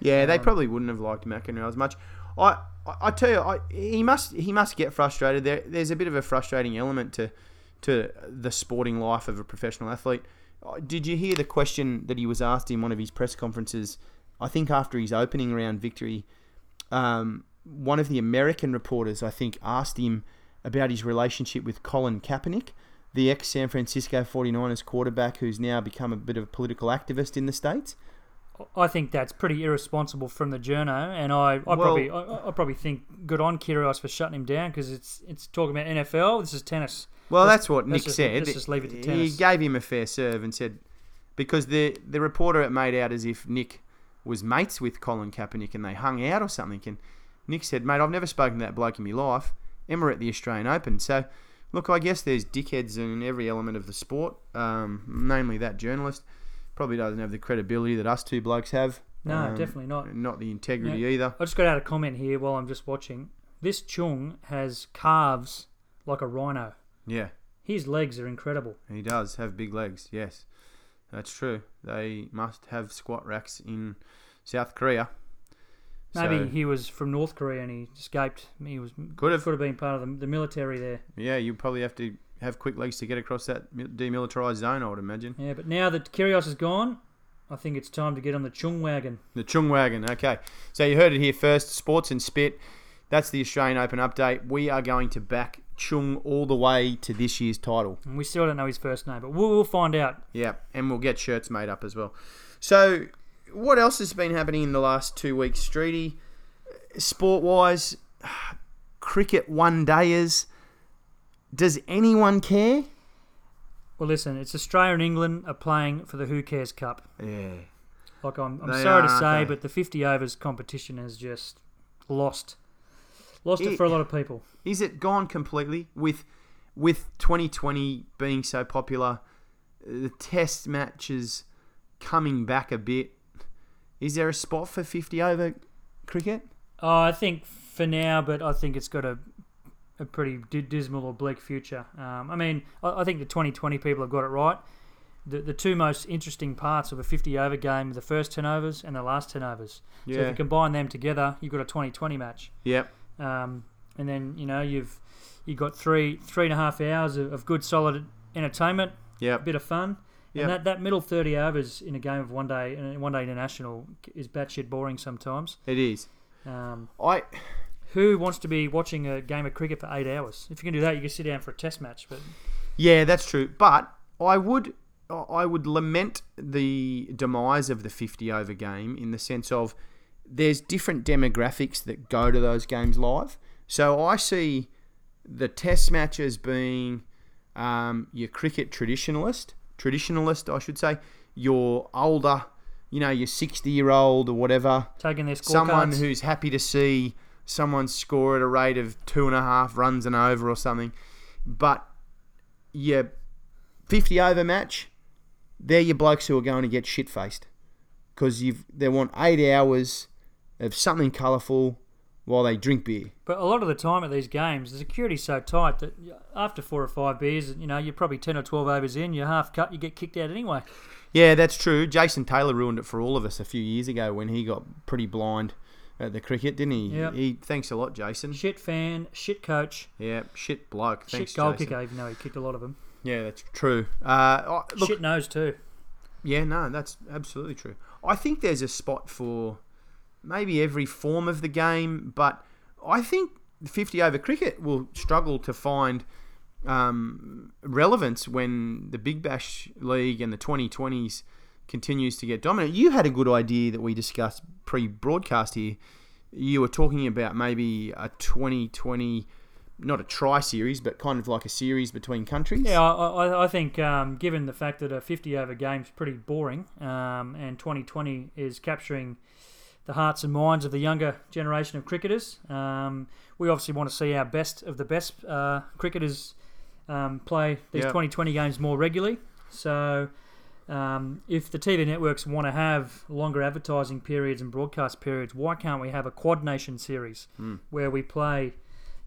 [SPEAKER 2] Yeah, they probably wouldn't have liked McEnroe as much. I, I, I tell you, I, he must he must get frustrated. There, there's a bit of a frustrating element to to the sporting life of a professional athlete. Uh, Did you hear the question that he was asked in one of his press conferences? I think after his opening round victory, um, one of the American reporters, I think, asked him about his relationship with Colin Kaepernick, the ex San Francisco 49ers quarterback who's now become a bit of a political activist in the States.
[SPEAKER 1] I think that's pretty irresponsible from the journo, and I, I probably I, I probably think good on Kyrgios for shutting him down because it's it's talking about NFL. This is tennis.
[SPEAKER 2] Well,
[SPEAKER 1] Let's-
[SPEAKER 2] that's what
[SPEAKER 1] let's
[SPEAKER 2] Nick
[SPEAKER 1] just-
[SPEAKER 2] said.
[SPEAKER 1] let's just leave it to
[SPEAKER 2] He
[SPEAKER 1] tennis.
[SPEAKER 2] gave him a fair serve and said, because the the reporter it made out as if Nick was mates with Colin Kaepernick and they hung out or something. And Nick said, "Mate, I've never spoken to that bloke in my life. And we're at the Australian Open, so." Look, I guess there's dickheads in every element of the sport, um, namely that journalist. Probably doesn't have the credibility that us two blokes have.
[SPEAKER 1] No,
[SPEAKER 2] um,
[SPEAKER 1] definitely not.
[SPEAKER 2] Not the integrity
[SPEAKER 1] Yeah.
[SPEAKER 2] either.
[SPEAKER 1] I just got out a comment here while I'm just watching. This Chung has calves like a rhino.
[SPEAKER 2] Yeah.
[SPEAKER 1] His legs are incredible.
[SPEAKER 2] He does have big legs, yes. That's true. They must have squat racks in South Korea.
[SPEAKER 1] Maybe
[SPEAKER 2] So,
[SPEAKER 1] he was from North Korea and he escaped. He was
[SPEAKER 2] Could have.
[SPEAKER 1] could have been part of the, the military there.
[SPEAKER 2] yeah, you probably have to have quick legs to get across that mil- demilitarized zone, I would imagine.
[SPEAKER 1] Yeah, but now that Kyrgios is gone, I think it's time to get on the Chung wagon.
[SPEAKER 2] The Chung Wagon, okay. So you heard it here first Sports and Spit. That's the Australian Open update. We are going to back Chung all the way to this year's title.
[SPEAKER 1] And we still don't know his first name, but we'll, we'll find out.
[SPEAKER 2] Yeah, and we'll get shirts made up as well. So, what else has been happening in the last two weeks, Streety? Sport wise, [sighs] cricket one dayers. Does anyone care?
[SPEAKER 1] Well, listen, it's Australia and England are playing for the Who Cares Cup.
[SPEAKER 2] Yeah.
[SPEAKER 1] Like I'm, I'm
[SPEAKER 2] They
[SPEAKER 1] sorry to
[SPEAKER 2] are,
[SPEAKER 1] say,
[SPEAKER 2] aren't they?
[SPEAKER 1] but the 50 overs competition has just lost, lost it,
[SPEAKER 2] It-
[SPEAKER 1] for a lot of people.
[SPEAKER 2] Is it gone completely with with 2020 being so popular, the test matches coming back a bit? Is there a spot for 50 over cricket?
[SPEAKER 1] Oh, I think for now, but I think it's got a a pretty d- dismal or bleak future. Um, I mean, I, I think the 2020 people have got it right. The, the two most interesting parts of a 50 over game are the first 10 overs and the last 10 overs. So if
[SPEAKER 2] Yeah.
[SPEAKER 1] you combine them together, you've got a 2020 match.
[SPEAKER 2] Yep.
[SPEAKER 1] Um, and then you know you've you got three three and a half hours of, of good solid entertainment, a
[SPEAKER 2] Yep.
[SPEAKER 1] bit of fun.
[SPEAKER 2] Yeah.
[SPEAKER 1] And that, that middle 30 overs in a game of one day in a one day international is batshit boring sometimes.
[SPEAKER 2] It is.
[SPEAKER 1] Um,
[SPEAKER 2] I
[SPEAKER 1] who wants to be watching a game of cricket for eight hours? If you can do that, you can sit down for a test match. But
[SPEAKER 2] Yeah, that's true. But I would I would lament the demise of the 50 over game in the sense of there's different demographics that go to those games live. So I see the test matches being um, your cricket traditionalist, traditionalist, I should say, your older, you know, your 60 year old or whatever
[SPEAKER 1] taking their
[SPEAKER 2] someone
[SPEAKER 1] scorecards,
[SPEAKER 2] who's happy to see someone score at a rate of two and a half runs and over or something. But your 50 over match, they're your blokes who are going to get shit faced because you've they want eight hours of something colourful while they drink beer.
[SPEAKER 1] but a lot of the time at these games, the security's so tight that after four or five beers, you know, you're probably ten or twelve overs in, you're half cut, you get kicked out anyway.
[SPEAKER 2] Yeah, that's true. Jason Taylor ruined it for all of us a few years ago when he got pretty blind at the cricket, didn't he?
[SPEAKER 1] Yep.
[SPEAKER 2] He thanks a lot, Jason.
[SPEAKER 1] Shit fan, shit coach,
[SPEAKER 2] Yeah, shit bloke. Thanks,
[SPEAKER 1] shit goal
[SPEAKER 2] Jason.
[SPEAKER 1] kicker. Even though he kicked a lot of them,
[SPEAKER 2] Yeah, that's true. Uh, I- look,
[SPEAKER 1] shit nose too.
[SPEAKER 2] Yeah, no, that's absolutely true. I think there's a spot for maybe every form of the game, but I think 50 over cricket will struggle to find um, relevance when the Big Bash League and the 2020s continues to get dominant. You had a good idea that we discussed pre broadcast here. You were talking about maybe a 2020, not a tri series, but kind of like a series between countries.
[SPEAKER 1] Yeah, I, I, I think um, given the fact that a 50 over game's pretty boring, um, and 2020 is capturing the hearts and minds of the younger generation of cricketers, um, we obviously want to see our best of the best uh, cricketers um, play these
[SPEAKER 2] Yeah.
[SPEAKER 1] 2020 games more regularly. So. Um, if the TV networks want to have longer advertising periods and broadcast periods, why can't we have a quad nation series
[SPEAKER 2] Hmm.
[SPEAKER 1] where we play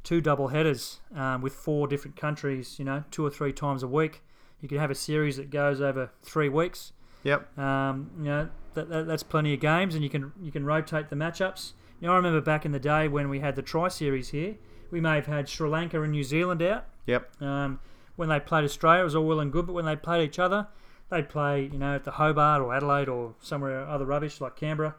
[SPEAKER 1] two double headers um, with four different countries, you know, two or three times a week. You can have a series that goes over three weeks.
[SPEAKER 2] Yep.
[SPEAKER 1] Um, you know, that, that, that's plenty of games, and you can you can rotate the matchups. Now, I remember back in the day when we had the Tri Series here, we may have had Sri Lanka and New Zealand out.
[SPEAKER 2] Yep.
[SPEAKER 1] Um, when they played Australia, it was all well and good, but when they played each other, they'd play, you know, at the Hobart or Adelaide or somewhere other rubbish like Canberra.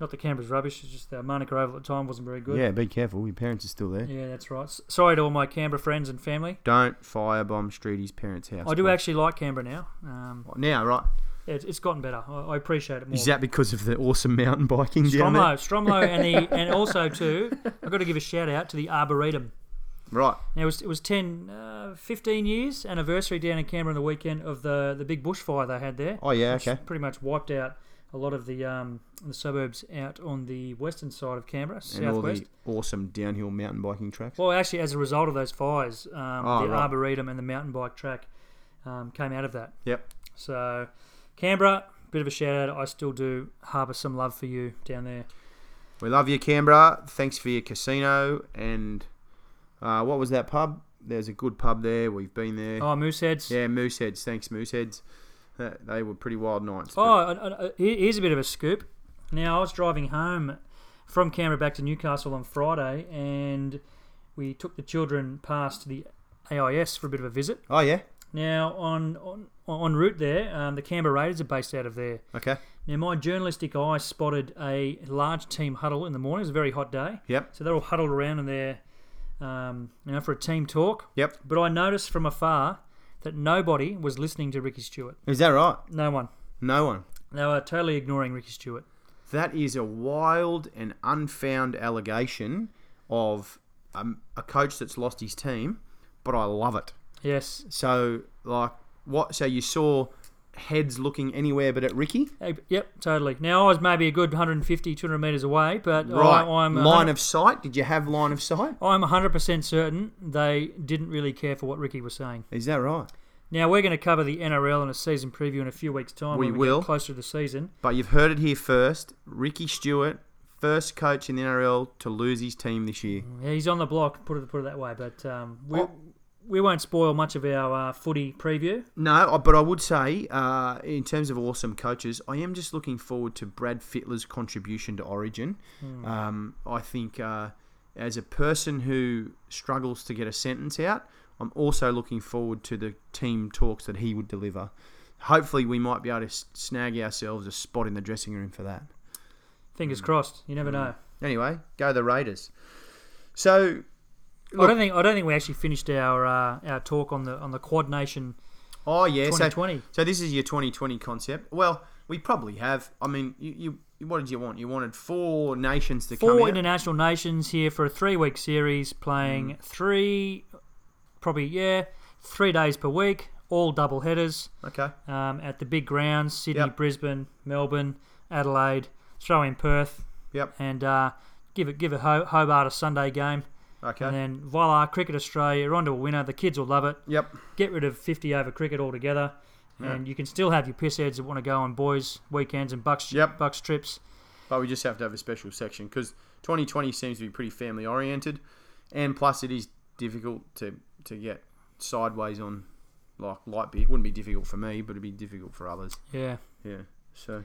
[SPEAKER 1] Not that Canberra's rubbish, it's just the Monica Oval at the time wasn't very good.
[SPEAKER 3] Yeah, be careful. Your parents are still there.
[SPEAKER 1] Yeah, that's right. S- Sorry to all my Canberra friends and family.
[SPEAKER 2] Don't firebomb Streety's parents' house.
[SPEAKER 1] I do
[SPEAKER 2] please. Oh,
[SPEAKER 1] actually like Canberra now. Um,
[SPEAKER 2] now, right?
[SPEAKER 1] yeah, it's, it's gotten better. I, I appreciate it more.
[SPEAKER 2] Is that because of the awesome mountain biking down there?
[SPEAKER 1] Stromlo, Stromlo, and the, and also too, [laughs] I've got to give a shout out to the Arboretum.
[SPEAKER 2] Right.
[SPEAKER 1] Now, it was it was 10, uh, 15 years anniversary down in Canberra on the weekend of the the big bushfire they had there.
[SPEAKER 2] Oh yeah.
[SPEAKER 1] which
[SPEAKER 2] Okay.
[SPEAKER 1] Pretty much wiped out a lot of the um, the suburbs out on the western side of Canberra,
[SPEAKER 2] And all
[SPEAKER 1] southwest.
[SPEAKER 2] the awesome downhill mountain biking tracks.
[SPEAKER 1] Well, actually, as a result of those fires, um,
[SPEAKER 2] Oh,
[SPEAKER 1] the
[SPEAKER 2] right.
[SPEAKER 1] arboretum and the mountain bike track um, came out of that.
[SPEAKER 2] Yep.
[SPEAKER 1] So, Canberra, bit of a shout out. I still do harbour some love for you down there.
[SPEAKER 2] We love you, Canberra. Thanks for your casino and uh, what was that pub? There's a good pub there. We've been there.
[SPEAKER 1] Oh, Mooseheads.
[SPEAKER 2] Yeah, Mooseheads. Thanks, Mooseheads. Uh, they were pretty wild nights.
[SPEAKER 1] Oh,
[SPEAKER 2] but-
[SPEAKER 1] I, I, I- here- here's a bit of a scoop. Now, I was driving home from Canberra back to Newcastle on Friday, and we took the children past the AIS for a bit of a visit.
[SPEAKER 2] oh yeah.
[SPEAKER 1] Now, on on en route there, um, the Canberra Raiders are based out of there.
[SPEAKER 2] Okay.
[SPEAKER 1] Now, my journalistic eye spotted a large team huddle in the morning. It was a very hot day.
[SPEAKER 2] Yep.
[SPEAKER 1] So they're all huddled around in there, um, you know, for a team talk.
[SPEAKER 2] Yep.
[SPEAKER 1] But I noticed from afar that nobody was listening to Ricky Stewart.
[SPEAKER 2] Is that right?
[SPEAKER 1] No one.
[SPEAKER 2] No one.
[SPEAKER 1] They were totally ignoring Ricky Stewart.
[SPEAKER 2] That is a wild and unfound allegation of um, a coach that's lost his team, but I love it.
[SPEAKER 1] Yes.
[SPEAKER 2] So like what? So you saw heads looking anywhere but at Ricky,
[SPEAKER 1] Eh, Yep, totally. Now, I was maybe a good 150, 200 metres away, but
[SPEAKER 2] right?
[SPEAKER 1] Oh, I, I'm, uh,
[SPEAKER 2] line of sight. Did you have line of sight?
[SPEAKER 1] I'm 100% certain they didn't really care for what Ricky was saying.
[SPEAKER 2] Is that right?
[SPEAKER 1] Now we're going to cover the NRL in a season preview in a few weeks' time.
[SPEAKER 2] We
[SPEAKER 1] when
[SPEAKER 2] will.
[SPEAKER 1] get closer to the season.
[SPEAKER 2] But you've heard it here first. Ricky Stewart, first coach in the NRL to lose his team this year.
[SPEAKER 1] Yeah, he's on the block. Put it put it that way. But um, we
[SPEAKER 2] Oh.
[SPEAKER 1] we won't spoil much of our uh, footy preview.
[SPEAKER 2] No, I- but I would say, uh, in terms of awesome coaches, I am just looking forward to Brad Fittler's contribution to Origin. Um, I think, uh, as a person who struggles to get a sentence out, I'm also looking forward to the team talks that he would deliver. Hopefully, we might be able to s- snag ourselves a spot in the dressing room for that.
[SPEAKER 1] Fingers
[SPEAKER 2] Mm.
[SPEAKER 1] crossed. You never know.
[SPEAKER 2] Anyway, go the Raiders. So,
[SPEAKER 1] I
[SPEAKER 2] Look-
[SPEAKER 1] don't think I don't think we actually finished our uh, our talk on the on the Quad Nation
[SPEAKER 2] oh yeah, so
[SPEAKER 1] 2020.
[SPEAKER 2] So this is your 2020 concept. Well, we probably have. I mean, you, you- you what did you want? You wanted four nations to
[SPEAKER 1] Four
[SPEAKER 2] come out.
[SPEAKER 1] international nations here for a three week series, playing
[SPEAKER 2] Mm.
[SPEAKER 1] three, probably yeah, three days per week, all double headers.
[SPEAKER 2] okay.
[SPEAKER 1] um, at the big grounds Sydney,
[SPEAKER 2] Yep.
[SPEAKER 1] Brisbane, Melbourne, Adelaide, throw in Perth,
[SPEAKER 2] Yep.
[SPEAKER 1] and uh, give it give it Ho- Hobart a Sunday game,
[SPEAKER 2] Okay.
[SPEAKER 1] and then voila, Cricket Australia are onto a winner. The kids will love it.
[SPEAKER 2] yep.
[SPEAKER 1] Get rid of 50 over cricket altogether, and you can still have your piss heads that want to go on boys weekends and bucks
[SPEAKER 2] Yep.
[SPEAKER 1] bucks trips.
[SPEAKER 2] But we just have to have a special section because 2020 seems to be pretty family oriented, and plus it is difficult to to get sideways on like light beer. Wouldn't be difficult for me, but it'd be difficult for others.
[SPEAKER 1] Yeah,
[SPEAKER 2] Yeah. So.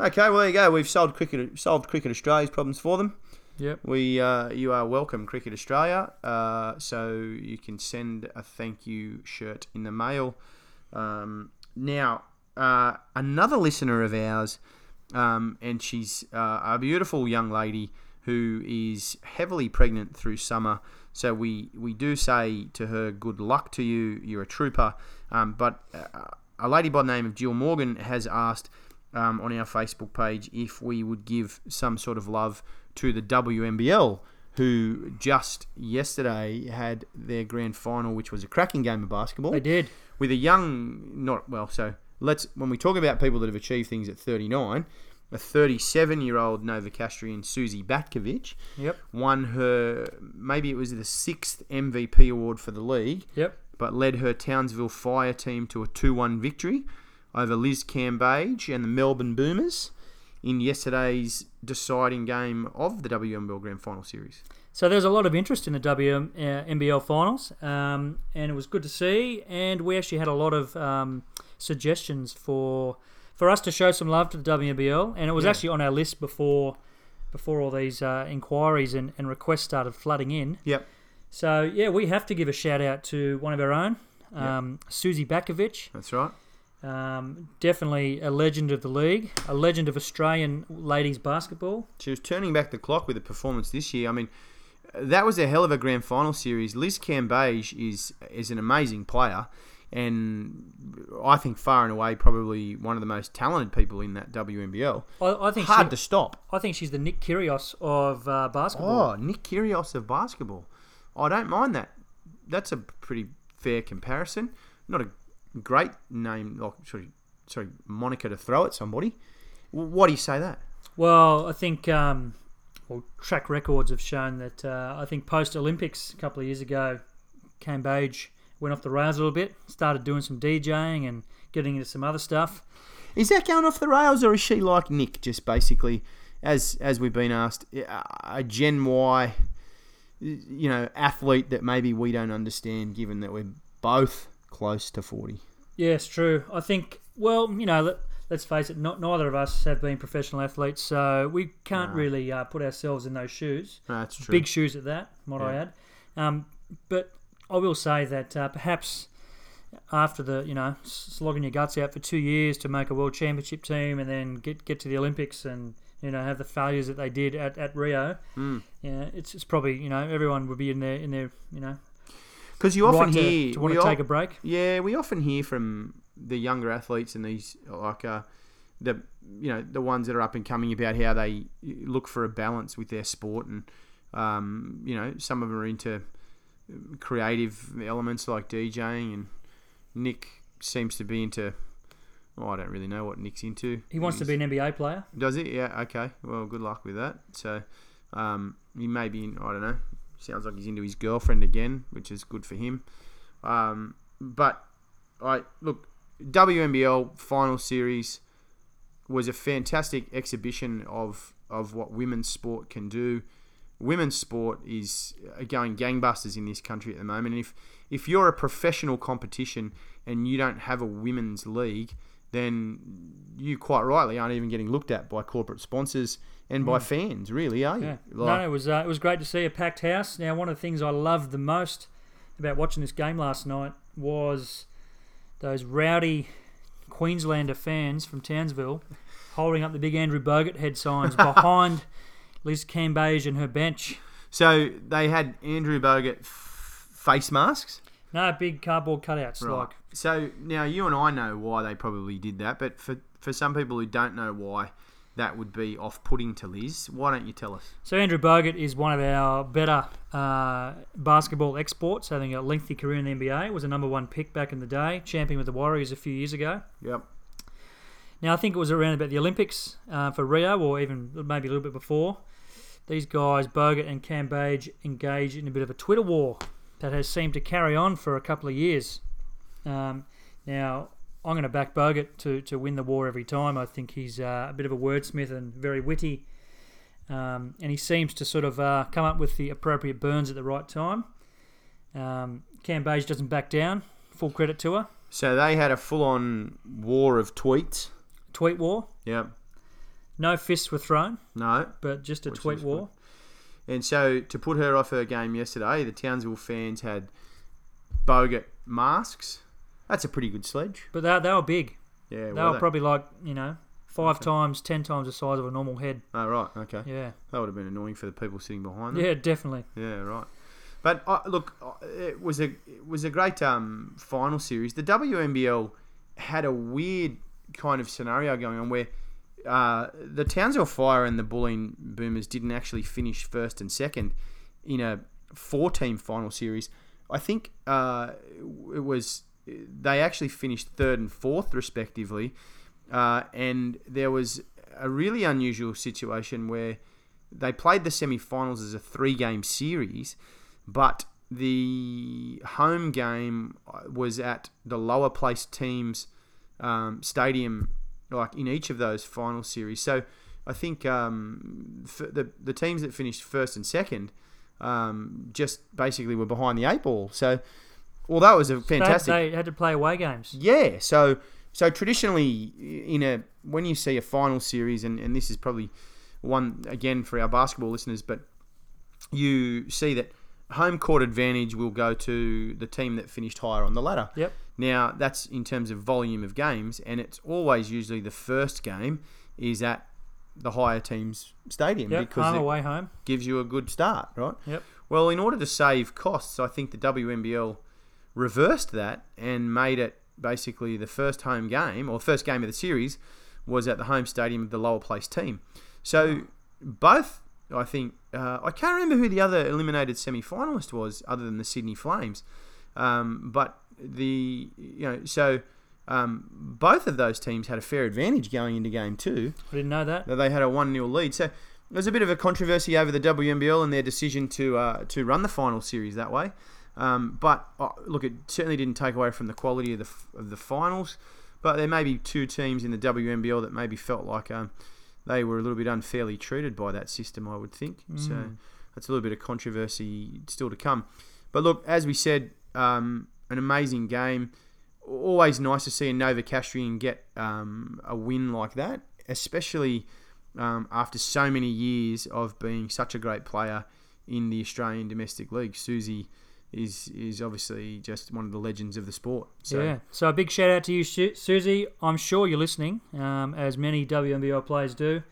[SPEAKER 2] Okay, well there you go. We've solved cricket solved cricket Australia's problems for them.
[SPEAKER 1] yep.
[SPEAKER 2] We, uh, you are welcome, Cricket Australia. Uh, so you can send a thank you shirt in the mail. Um, now, uh, another listener of ours, um, and she's uh, a beautiful young lady who is heavily pregnant through summer. So we, we do say to her, good luck to you. You're a trooper. Um, but uh, a lady by the name of Jill Morgan has asked um, on our Facebook page if we would give some sort of love to the WNBL, who just yesterday had their grand final, which was a cracking game of basketball
[SPEAKER 1] They did.
[SPEAKER 2] with a young not well so let's when we talk about people that have achieved things at 39 a 37 year old Novocastrian Susie Batkovich
[SPEAKER 1] Yep.
[SPEAKER 2] won her maybe it was the sixth MVP award for the league
[SPEAKER 1] Yep.
[SPEAKER 2] but led her Townsville Fire team to a 2 1 victory over Liz Cambage and the Melbourne Boomers in yesterday's deciding game of the WNBL Grand Final Series.
[SPEAKER 1] So there's a lot of interest in the WM, uh, NBL finals, um, and it was good to see. And we actually had a lot of um, suggestions for for us to show some love to the WBL, and it was
[SPEAKER 2] Yeah.
[SPEAKER 1] actually on our list before before all these uh, inquiries and, and requests started flooding in.
[SPEAKER 2] Yep.
[SPEAKER 1] So yeah, we have to give a shout out to one of our own, um, Susie Bakovic.
[SPEAKER 2] That's right.
[SPEAKER 1] Um, definitely a legend of the league, a legend of Australian ladies basketball.
[SPEAKER 2] She was turning back the clock with a performance this year. I mean, that was a hell of a grand final series. Liz Cambage is is an amazing player, and I think far and away probably one of the most talented people in that WNBL.
[SPEAKER 1] I, I think
[SPEAKER 2] Hard
[SPEAKER 1] she-
[SPEAKER 2] to stop.
[SPEAKER 1] I think she's the Nick Kyrgios of uh, basketball.
[SPEAKER 2] Oh, Nick Kyrgios of basketball. I don't mind that. That's a pretty fair comparison. Not a great name, like sorry, sorry, moniker to throw at somebody. W- Why do you say that?
[SPEAKER 1] Well, I think um, well track records have shown that uh, I think post Olympics a couple of years ago, Cambage went off the rails a little bit, started doing some DJing and getting into some other stuff.
[SPEAKER 2] Is that going off the rails, or is she like Nick, just basically, as as we've been asked, a- a Gen Y, you know, athlete that maybe we don't understand, given that we're both close to forty.
[SPEAKER 1] Yes, true. I think, well, you know, let, let's face it, not, neither of us have been professional athletes, so we can't really uh, put ourselves in those shoes.
[SPEAKER 2] That's true.
[SPEAKER 1] Big shoes at that, might I
[SPEAKER 2] Yeah.
[SPEAKER 1] add. Um, but I will say that uh, perhaps after the, you know, s- slogging your guts out for two years to make a world championship team and then get, get to the Olympics and, you know, have the failures that they did at, at Rio,
[SPEAKER 2] Mm.
[SPEAKER 1] yeah, it's, it's probably, you know, everyone would be in their, in their you know,
[SPEAKER 2] Because you often
[SPEAKER 1] right
[SPEAKER 2] hear
[SPEAKER 1] to, to want
[SPEAKER 2] we
[SPEAKER 1] to
[SPEAKER 2] al-
[SPEAKER 1] take a break.
[SPEAKER 2] Yeah, we often hear from the younger athletes and these like uh, the you know the ones that are up and coming about how they look for a balance with their sport and um, you know some of them are into creative elements like DJing and Nick seems to be into. Oh, I don't really know what Nick's into.
[SPEAKER 1] He wants to be an NBA player.
[SPEAKER 2] Does it? Yeah. Okay. Well, good luck with that. So, um, he may be. In, I don't know. Sounds like he's into his girlfriend again, which is good for him. Um, but I look WNBL final series was a fantastic exhibition of of what women's sport can do. Women's sport is uh, going gangbusters in this country at the moment, and if if you're a professional competition and you don't have a women's league, then you quite rightly aren't even getting looked at by corporate sponsors and by fans, really, are you?
[SPEAKER 1] Mm. Yeah.
[SPEAKER 2] Like-
[SPEAKER 1] no, it was uh, it was great to see a packed house. Now, one of the things I loved the most about watching this game last night was those rowdy Queenslander fans from Townsville holding up the big Andrew Bogut head
[SPEAKER 2] [laughs]
[SPEAKER 1] signs behind Liz Cambage and her bench.
[SPEAKER 2] So they had Andrew Bogut f- face masks.
[SPEAKER 1] No, big cardboard cutouts.
[SPEAKER 2] Right.
[SPEAKER 1] Like,
[SPEAKER 2] So now you and I know why they probably did that, but for for some people who don't know why that would be off-putting to Liz, why don't you tell us?
[SPEAKER 1] so Andrew Bogut is one of our better uh, basketball exports, having a lengthy career in the NBA. Was a number one pick back in the day, champion with the Warriors a few years ago.
[SPEAKER 2] Yep.
[SPEAKER 1] Now, I think it was around about the Olympics uh, for Rio, or even maybe a little bit before. These guys, Bogut and Cambage, engage in a bit of a Twitter war that has seemed to carry on for a couple of years. Um, now, I'm going to back Bogut to, to win the war every time. I think he's uh, a bit of a wordsmith and very witty. Um, and he seems to sort of uh, come up with the appropriate burns at the right time. Um, Cambage doesn't back down. Full credit to her.
[SPEAKER 2] So they had a full-on war of tweets.
[SPEAKER 1] Tweet war.
[SPEAKER 2] Yep.
[SPEAKER 1] No fists were thrown,
[SPEAKER 2] No.
[SPEAKER 1] but just a
[SPEAKER 2] Which
[SPEAKER 1] tweet
[SPEAKER 2] is
[SPEAKER 1] war.
[SPEAKER 2] good. And so to put her off her game yesterday, the Townsville fans had Bogut masks. That's a pretty good sledge.
[SPEAKER 1] But they, they were big.
[SPEAKER 2] Yeah.
[SPEAKER 1] They
[SPEAKER 2] were
[SPEAKER 1] were probably like, you know, five times, ten times the size of a normal head.
[SPEAKER 2] Oh right. Okay.
[SPEAKER 1] Yeah.
[SPEAKER 2] That would have been annoying for the people sitting behind them.
[SPEAKER 1] Yeah, definitely.
[SPEAKER 2] Yeah, right. But uh, look, uh, it was a it was a great um, final series. The WNBL had a weird kind of scenario going on where uh, the Townsville Fire and the Bulleen Boomers didn't actually finish first and second in a four team final series. I think uh, it was they actually finished third and fourth respectively, uh, and there was a really unusual situation where they played the semi-finals as a three-game series, but the home game uh, was at the lower placed team's um, stadium, like in each of those final series. So I think um, f the the teams that finished first and second um, just basically were behind the eight ball. So although it was a
[SPEAKER 1] They had-
[SPEAKER 2] fantastic
[SPEAKER 1] They, had to play away games.
[SPEAKER 2] yeah, so So traditionally, in a when you see a final series, and, and this is probably one again for our basketball listeners, but you see that home court advantage will go to the team that finished higher on the ladder.
[SPEAKER 1] Yep.
[SPEAKER 2] Now that's in terms of volume of games, and it's always usually the first game is at the higher team's stadium
[SPEAKER 1] Yep,
[SPEAKER 2] because
[SPEAKER 1] home
[SPEAKER 2] it
[SPEAKER 1] away home.
[SPEAKER 2] gives you a good start, right?
[SPEAKER 1] Yep.
[SPEAKER 2] Well, in order to save costs, I think the WNBL reversed that and made it basically the first home game or first game of the series was at the home stadium of the lower placed team. So both, I think, uh, I can't remember who the other eliminated semi finalist was other than the Sydney Flames. Um, but the, you know, so um, both of those teams had a fair advantage going into game two
[SPEAKER 1] I didn't know that.
[SPEAKER 2] that they had a one 0 lead. So there's a bit of a controversy over the WNBL and their decision to uh, to run the final series that way. Um, but uh, look, it certainly didn't take away from the quality of the f- of the finals. But there may be two teams in the WNBL that maybe felt like um, they were a little bit unfairly treated by that system. I would think so. That's a little bit of controversy still to come. But look, as we said, um, an amazing game. Always nice to see a Novocastrian get um, a win like that, especially um, after so many years of being such a great player in the Australian domestic league. Susie is is obviously just one of the legends of the sport. So
[SPEAKER 1] Yeah. So a big shout out to you, Su- Susie. I'm sure you're listening, um, as many WNBL players do.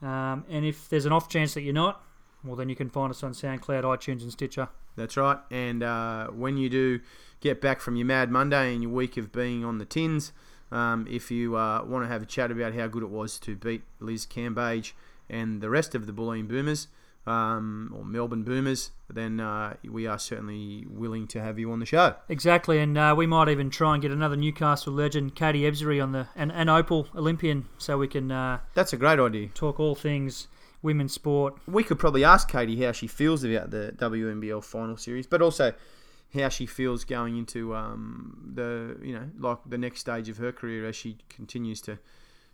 [SPEAKER 1] Um, and if there's an off chance that you're not, well, then you can find us on SoundCloud, iTunes, and Stitcher.
[SPEAKER 2] That's right. And uh, when you do get back from your Mad Monday and your week of being on the tins, um, if you uh, want to have a chat about how good it was to beat Liz Cambage and the rest of the Bulleen Boomers um, or Melbourne Boomers, then uh, we are certainly willing to have you on the show.
[SPEAKER 1] Exactly, and uh, we might even try and get another Newcastle legend, Katie Ebsery, on the and an Opal Olympian, so we can uh,
[SPEAKER 2] That's a great idea.
[SPEAKER 1] talk all things women's sport.
[SPEAKER 2] We could probably ask Katie how she feels about the WNBL final series, but also how she feels going into um, the you know like the next stage of her career as she continues to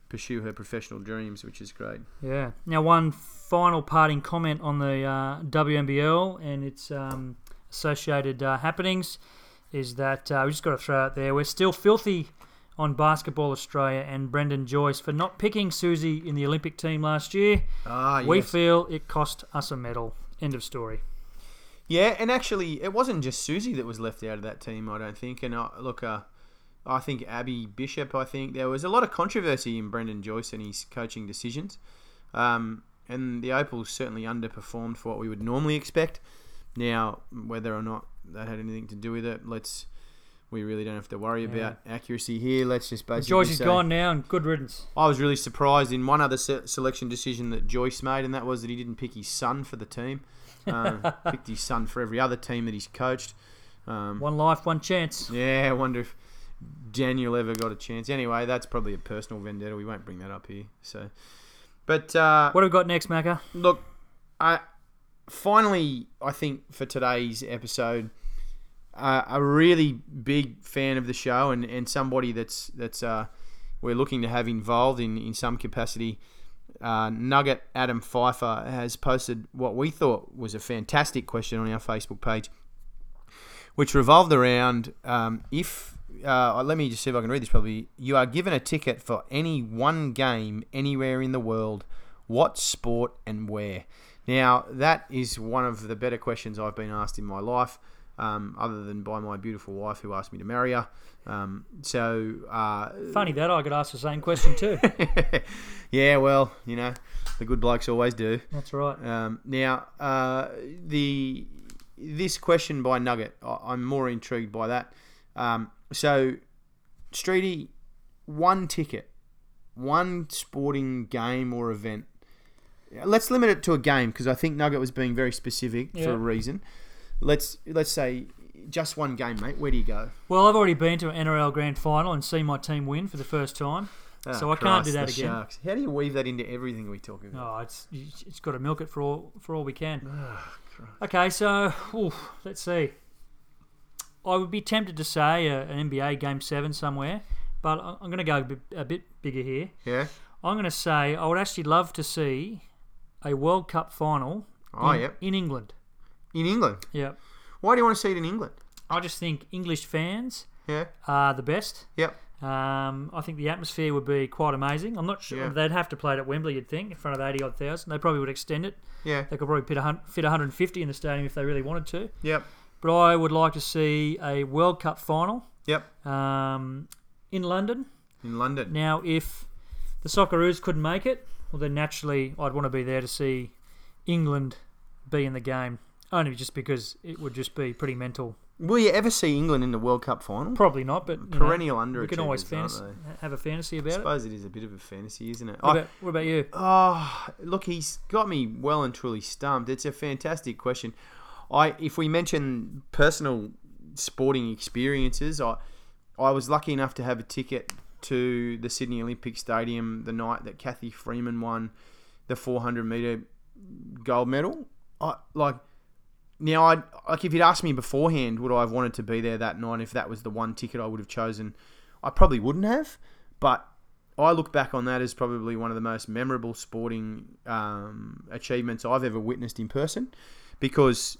[SPEAKER 2] pursue her professional dreams, which is great.
[SPEAKER 1] Yeah. Now, one final parting comment on the uh, WNBL and its um, associated uh, happenings is that uh, we just got to throw out there we're still filthy on Basketball Australia and Brendan Joyce for not picking Susie in the Olympic team last year.
[SPEAKER 2] Ah,
[SPEAKER 1] We feel it cost us a medal. End of story.
[SPEAKER 2] yeah, and actually, it wasn't just Susie that was left out of that team. I don't think. And uh, look, uh, I think Abby Bishop. I think there was a lot of controversy in Brendan Joyce and his coaching decisions. Um, and the Opals certainly underperformed for what we would normally expect. Now, whether or not that had anything to do with it, let's. We really don't have to worry about accuracy here. Let's just basically.
[SPEAKER 1] Joyce is
[SPEAKER 2] say-
[SPEAKER 1] gone now, and good riddance.
[SPEAKER 2] I was really surprised in one other se- selection decision that Joyce made, and that was that he didn't pick his son for the team. Um, picked his son for every other team that he's coached. Um,
[SPEAKER 1] One life, one chance.
[SPEAKER 2] yeah, I wonder if Daniel ever got a chance. Anyway, that's probably a personal vendetta. We won't bring that up here. So, but uh,
[SPEAKER 1] What have we got next, Macca?
[SPEAKER 2] look, I finally I think for today's episode, uh, a really big fan of the show and, and somebody that's that's uh, we're looking to have involved in in some capacity. Uh, Nugget Adam Pfeiffer has posted what we thought was a fantastic question on our Facebook page, which revolved around um, if. Uh, let me just see if I can read this properly. You are given a ticket for any one game anywhere in the world what sport and where? Now, that is one of the better questions I've been asked in my life, um, other than by my beautiful wife who asked me to marry her. Um, so, uh,
[SPEAKER 1] Funny that I could ask the same question
[SPEAKER 2] [laughs]
[SPEAKER 1] too.
[SPEAKER 2] yeah, well, you know, the good blokes always do.
[SPEAKER 1] That's right.
[SPEAKER 2] Um, now, uh, the this question by Nugget, I, I'm more intrigued by that. Um, so, Streety, one ticket, one sporting game or event. Let's limit it to a game because I think Nugget was being very specific for
[SPEAKER 1] Yeah.
[SPEAKER 2] a reason. Let's let's say just one game, mate. Where do you go?
[SPEAKER 1] Well, I've already been to an NRL grand final and seen my team win for the first time. So I can't do that
[SPEAKER 2] Ah, the
[SPEAKER 1] again.
[SPEAKER 2] Sharks. How do you weave that into everything we talk about?
[SPEAKER 1] Oh, it's it's got to milk it for all for all we can.
[SPEAKER 2] Ah,
[SPEAKER 1] okay, so oof, let's see. I would be tempted to say uh, an NBA Game Seven somewhere, but I- I'm going to go a bit, a bit bigger here.
[SPEAKER 2] Yeah.
[SPEAKER 1] I'm going to say I would actually love to see a World Cup final
[SPEAKER 2] Oh,
[SPEAKER 1] in,
[SPEAKER 2] yep.
[SPEAKER 1] in England.
[SPEAKER 2] In England.
[SPEAKER 1] Yeah,
[SPEAKER 2] Why do you want to see it in England?
[SPEAKER 1] I just think English fans
[SPEAKER 2] Yeah.
[SPEAKER 1] are the best.
[SPEAKER 2] Yep.
[SPEAKER 1] Um, I think the atmosphere would be quite amazing. I'm not sure
[SPEAKER 2] Yeah.
[SPEAKER 1] they'd have to play it at Wembley. You'd think in front of eighty odd thousand. They probably would extend it.
[SPEAKER 2] Yeah.
[SPEAKER 1] They could probably fit, a hun- fit 150 in the stadium if they really wanted to.
[SPEAKER 2] Yep.
[SPEAKER 1] But I would like to see a World Cup final
[SPEAKER 2] Yep.
[SPEAKER 1] um, in London.
[SPEAKER 2] In London.
[SPEAKER 1] Now, if the Socceroos couldn't make it, well, then naturally I'd want to be there to see England be in the game. Only just because it would just be pretty mental.
[SPEAKER 2] Will you ever see England in the World Cup final?
[SPEAKER 1] Probably not, but you know,
[SPEAKER 2] Perennial
[SPEAKER 1] we can always
[SPEAKER 2] underachievers, aren't
[SPEAKER 1] fantasy,
[SPEAKER 2] they?
[SPEAKER 1] have a fantasy
[SPEAKER 2] I
[SPEAKER 1] about it.
[SPEAKER 2] suppose it is a bit of a fantasy, isn't it?
[SPEAKER 1] What
[SPEAKER 2] I-
[SPEAKER 1] about, what about you?
[SPEAKER 2] Oh, look, he's got me well and truly stumped. It's a fantastic question. I, if we mention personal sporting experiences, I, I was lucky enough to have a ticket to the Sydney Olympic Stadium the night that Kathy Freeman won the 400 meter gold medal. I like now. I like if you'd asked me beforehand, would I have wanted to be there that night? If that was the one ticket I would have chosen, I probably wouldn't have. But I look back on that as probably one of the most memorable sporting um, achievements I've ever witnessed in person, because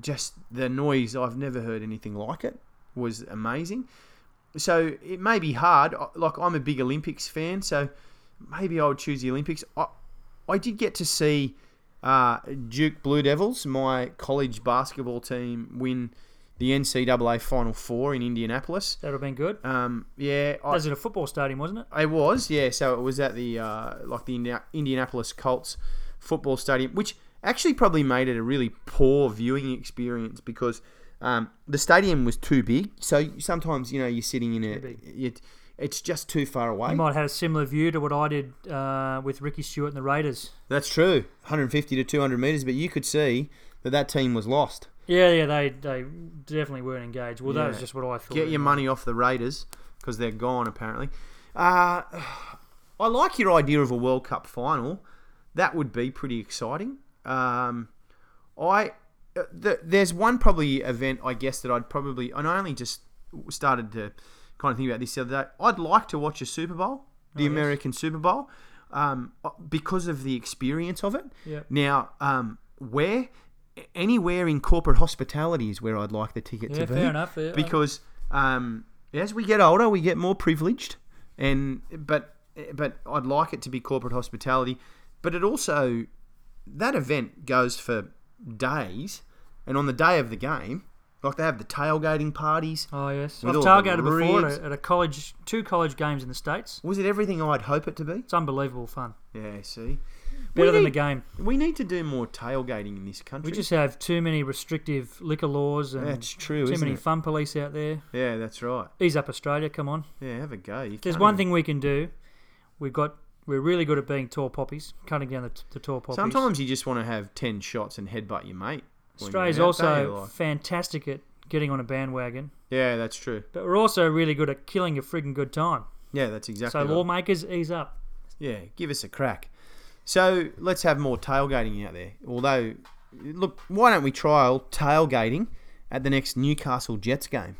[SPEAKER 2] just the noise I've never heard anything like it was amazing. So it may be hard. I- Like I'm a big Olympics fan, so maybe I would choose the Olympics. I, I did get to see uh, Duke Blue Devils, my college basketball team, win the NCAA Final Four in Indianapolis.
[SPEAKER 1] That would have been good.
[SPEAKER 2] Um, yeah,
[SPEAKER 1] That
[SPEAKER 2] I,
[SPEAKER 1] was at a football stadium, wasn't it?
[SPEAKER 2] it was, yeah. So it was at the uh, like the Indi- Indianapolis Colts football stadium, which actually probably made it a really poor viewing experience because um, the stadium was too big. So sometimes you know you're sitting in
[SPEAKER 1] Too big.
[SPEAKER 2] a, it, it's just too far away.
[SPEAKER 1] You might have had a similar view to what I did uh, with Ricky Stewart and the Raiders.
[SPEAKER 2] That's true, 150 to 200 meters, but you could see that that team was lost.
[SPEAKER 1] Yeah, yeah, they they definitely weren't engaged. Well, that was
[SPEAKER 2] Yeah.
[SPEAKER 1] just what I thought.
[SPEAKER 2] Get your money off the Raiders because they're gone apparently. Uh, I like your idea of a World Cup final. That would be pretty exciting. Um, I uh, th- there's one probably event I guess that I'd probably and I only just started to kind of think about this the other day. I'd like to watch a Super Bowl,
[SPEAKER 1] Oh,
[SPEAKER 2] the
[SPEAKER 1] yes.
[SPEAKER 2] American Super Bowl, um, uh, because of the experience of it.
[SPEAKER 1] Yeah.
[SPEAKER 2] Now, um, where anywhere in corporate hospitality is where I'd like the ticket
[SPEAKER 1] Yeah,
[SPEAKER 2] to be
[SPEAKER 1] fair enough. Yeah, I-
[SPEAKER 2] because um, as we get older, we get more privileged, and but but I'd like it to be corporate hospitality, but it also that event goes for days, and on the day of the game, like they have the tailgating parties.
[SPEAKER 1] Oh yes,
[SPEAKER 2] With
[SPEAKER 1] I've
[SPEAKER 2] all the
[SPEAKER 1] tailgated before
[SPEAKER 2] ribs.
[SPEAKER 1] at a, at a college, two college games in the states.
[SPEAKER 2] Was it everything I'd hope it to be?
[SPEAKER 1] It's unbelievable fun.
[SPEAKER 2] Yeah, see,
[SPEAKER 1] Better than the
[SPEAKER 2] need-
[SPEAKER 1] game.
[SPEAKER 2] we need to do more tailgating in this country.
[SPEAKER 1] We just have too many restrictive liquor laws and
[SPEAKER 2] that's true,
[SPEAKER 1] too
[SPEAKER 2] isn't
[SPEAKER 1] many
[SPEAKER 2] it?
[SPEAKER 1] fun police out there.
[SPEAKER 2] Yeah, that's right.
[SPEAKER 1] Ease up, Australia. Come on.
[SPEAKER 2] Yeah, have a go. You
[SPEAKER 1] If there's
[SPEAKER 2] can't
[SPEAKER 1] one
[SPEAKER 2] even-
[SPEAKER 1] thing we can do, we've got we're really good at being tall poppies, cutting down the, t- the tall poppies.
[SPEAKER 2] Sometimes you just want to have ten shots and headbutt your mate. when you're
[SPEAKER 1] Australia's
[SPEAKER 2] out there,
[SPEAKER 1] also
[SPEAKER 2] like.
[SPEAKER 1] fantastic at getting on a bandwagon,
[SPEAKER 2] Yeah, that's true.
[SPEAKER 1] but we're also really good at killing a friggin' good time.
[SPEAKER 2] Yeah, that's exactly.
[SPEAKER 1] so
[SPEAKER 2] right.
[SPEAKER 1] lawmakers, ease up.
[SPEAKER 2] Yeah, give us a crack. So let's have more tailgating out there. Although, look, why don't we trial tailgating at the next Newcastle Jets game?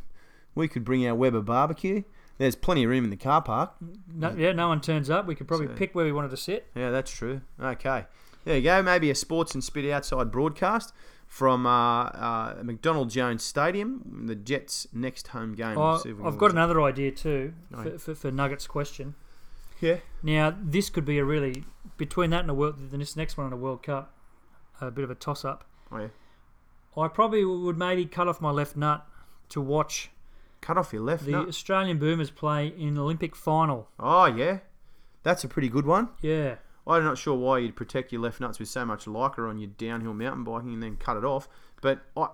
[SPEAKER 2] We could bring our Weber barbecue. There's plenty of room in the car park.
[SPEAKER 1] No, yeah, no one turns up. We could probably
[SPEAKER 2] So-
[SPEAKER 1] pick where we wanted to sit.
[SPEAKER 2] Yeah, that's true. Okay, there you go. Maybe a sports and spit outside broadcast from uh, uh, McDonald Jones Stadium, the Jets' next home game. We'll
[SPEAKER 1] Oh,
[SPEAKER 2] see if we
[SPEAKER 1] I've
[SPEAKER 2] can-
[SPEAKER 1] got another idea too for,
[SPEAKER 2] Right.
[SPEAKER 1] for, for Nugget's question.
[SPEAKER 2] Yeah.
[SPEAKER 1] Now this could be a really between that and a world this next one and a World Cup, a bit of a toss up.
[SPEAKER 2] Oh, yeah.
[SPEAKER 1] I probably would maybe cut off my left nut to watch
[SPEAKER 2] Cut off your left.
[SPEAKER 1] the
[SPEAKER 2] nut.
[SPEAKER 1] Australian Boomers play in an Olympic final.
[SPEAKER 2] Oh yeah, that's a pretty good one.
[SPEAKER 1] Yeah,
[SPEAKER 2] I'm not sure why you'd protect your left nuts with so much lycra on your downhill mountain biking and then cut it off. But I,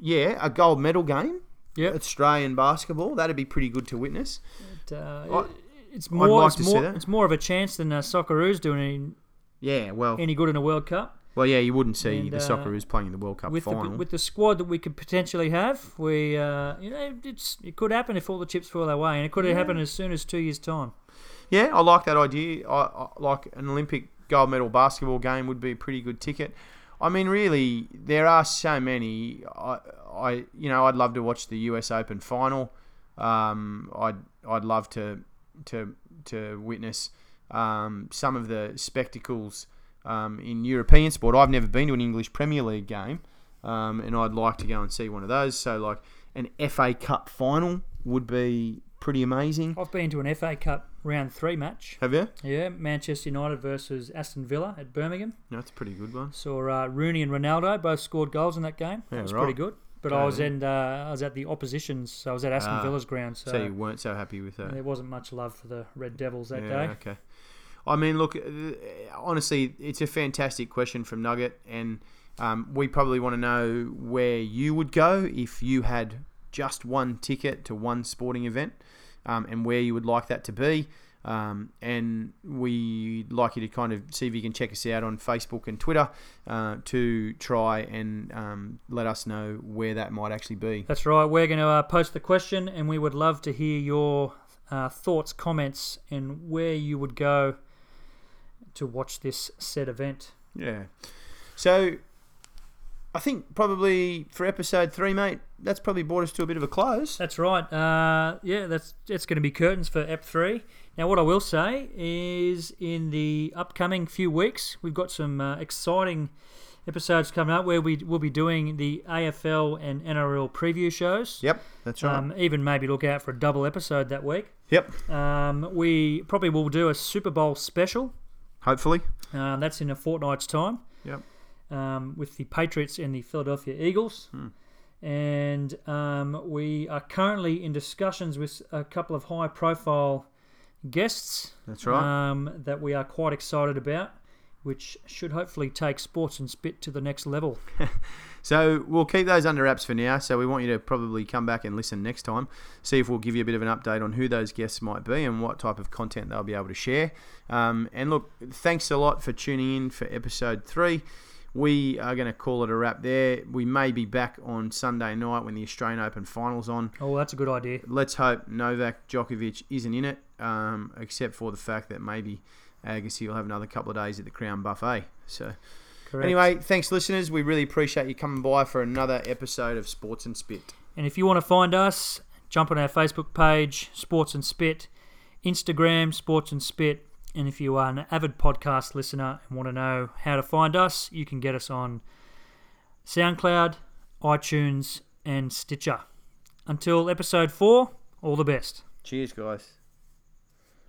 [SPEAKER 2] yeah, a gold medal game,
[SPEAKER 1] Yep.
[SPEAKER 2] Australian basketball, that'd be pretty good to witness.
[SPEAKER 1] But, uh,
[SPEAKER 2] I-
[SPEAKER 1] it's more.
[SPEAKER 2] like
[SPEAKER 1] it's
[SPEAKER 2] to see
[SPEAKER 1] more.
[SPEAKER 2] that.
[SPEAKER 1] It's more of a chance than uh, Socceroos doing
[SPEAKER 2] Yeah, well,
[SPEAKER 1] any, any good in a World Cup.
[SPEAKER 2] well, yeah, you wouldn't see
[SPEAKER 1] And,
[SPEAKER 2] the
[SPEAKER 1] uh,
[SPEAKER 2] Socceroos playing in the World Cup
[SPEAKER 1] with the,
[SPEAKER 2] final.
[SPEAKER 1] with the squad that we could potentially have, we uh, you know it's it could happen if all the chips fall our way, and it could have happened as soon as two years time.
[SPEAKER 2] yeah, I like that idea. I, I like an Olympic gold medal basketball game would be a pretty good ticket. I mean, really, there are so many. I, I you know, I'd love to watch the U.S. Open final. Um, I'd, I'd love to, to, to witness um, some of the spectacles um, in European sport. I've never been to an English Premier League game, um, and I'd like to go and see one of those. So, like an FA Cup final would be
[SPEAKER 3] pretty amazing.
[SPEAKER 1] I've been to an FA Cup round three match.
[SPEAKER 2] Have you?
[SPEAKER 1] Yeah, Manchester United versus Aston Villa at Birmingham.
[SPEAKER 2] No, that's a pretty good one.
[SPEAKER 1] Saw uh, Rooney and Ronaldo both scored goals in that game. That
[SPEAKER 2] Yeah,
[SPEAKER 1] was
[SPEAKER 2] right.
[SPEAKER 1] pretty good. But I
[SPEAKER 2] Yeah,
[SPEAKER 1] was
[SPEAKER 2] yeah.
[SPEAKER 1] in, uh, I was at the opposition's. So I was at Aston
[SPEAKER 2] Ah,
[SPEAKER 1] Villa's ground. So,
[SPEAKER 2] So, you weren't so happy with that.
[SPEAKER 1] there wasn't much love for the Red Devils that
[SPEAKER 2] yeah,
[SPEAKER 1] day.
[SPEAKER 2] Okay. I mean, look, uh, honestly, it's a fantastic question from Nugget, and um, we probably want to know where you would go if you had just one ticket to one sporting event, um, and where you would like that to be. Um, and we'd like you to kind of see if you can check us out on Facebook and Twitter uh, to try and um, let us know where that might actually be.
[SPEAKER 1] That's right. We're going to uh, post the question, and we would love to hear your uh, thoughts, comments, and where you would go to watch this said event.
[SPEAKER 2] Yeah. So I think probably for episode three, mate, that's probably brought us to a bit of a close.
[SPEAKER 1] That's right. Uh, yeah, that's it's going to be curtains for Ep three. Now, what I will say is, in the upcoming few weeks, we've got some uh, exciting episodes coming up where we will be doing the AFL and NRL preview shows.
[SPEAKER 2] Yep, that's right.
[SPEAKER 1] Um, even maybe look out for a double episode that week.
[SPEAKER 2] yep,
[SPEAKER 1] Um, we probably will do a Super Bowl special.
[SPEAKER 2] hopefully.
[SPEAKER 1] Uh, that's in a fortnight's time.
[SPEAKER 2] Yep.
[SPEAKER 1] Um, with the Patriots and the Philadelphia Eagles.
[SPEAKER 2] Hmm.
[SPEAKER 1] And um, we are currently in discussions with a couple of high profile guests
[SPEAKER 2] That's right.
[SPEAKER 1] um, that we are quite excited about, which should hopefully take Sports and Spit to the next level.
[SPEAKER 2] so we'll keep those under wraps for now. So we want you to probably come back and listen next time. See if we'll give you a bit of an update on who those guests might be and what type of content they'll be able to share. Um, and look, thanks a lot for tuning in for episode three. We are going to call it a wrap there. We may be back on Sunday night when the Australian Open finals on.
[SPEAKER 1] Oh, that's a good idea.
[SPEAKER 2] let's hope Novak Djokovic isn't in it, um, except for the fact that maybe Agassi will have another couple of days at the Crown Buffet. So,
[SPEAKER 1] Correct.
[SPEAKER 2] anyway, thanks, listeners. We really appreciate you coming by for another episode of Sports and Spit.
[SPEAKER 1] And if you want to find us, jump on our Facebook page, Sports and Spit, Instagram, Sports and Spit. And if you are an avid podcast listener and want to know how to find us, you can get us on SoundCloud, iTunes, and Stitcher. Until episode four, all the best.
[SPEAKER 2] Cheers, guys.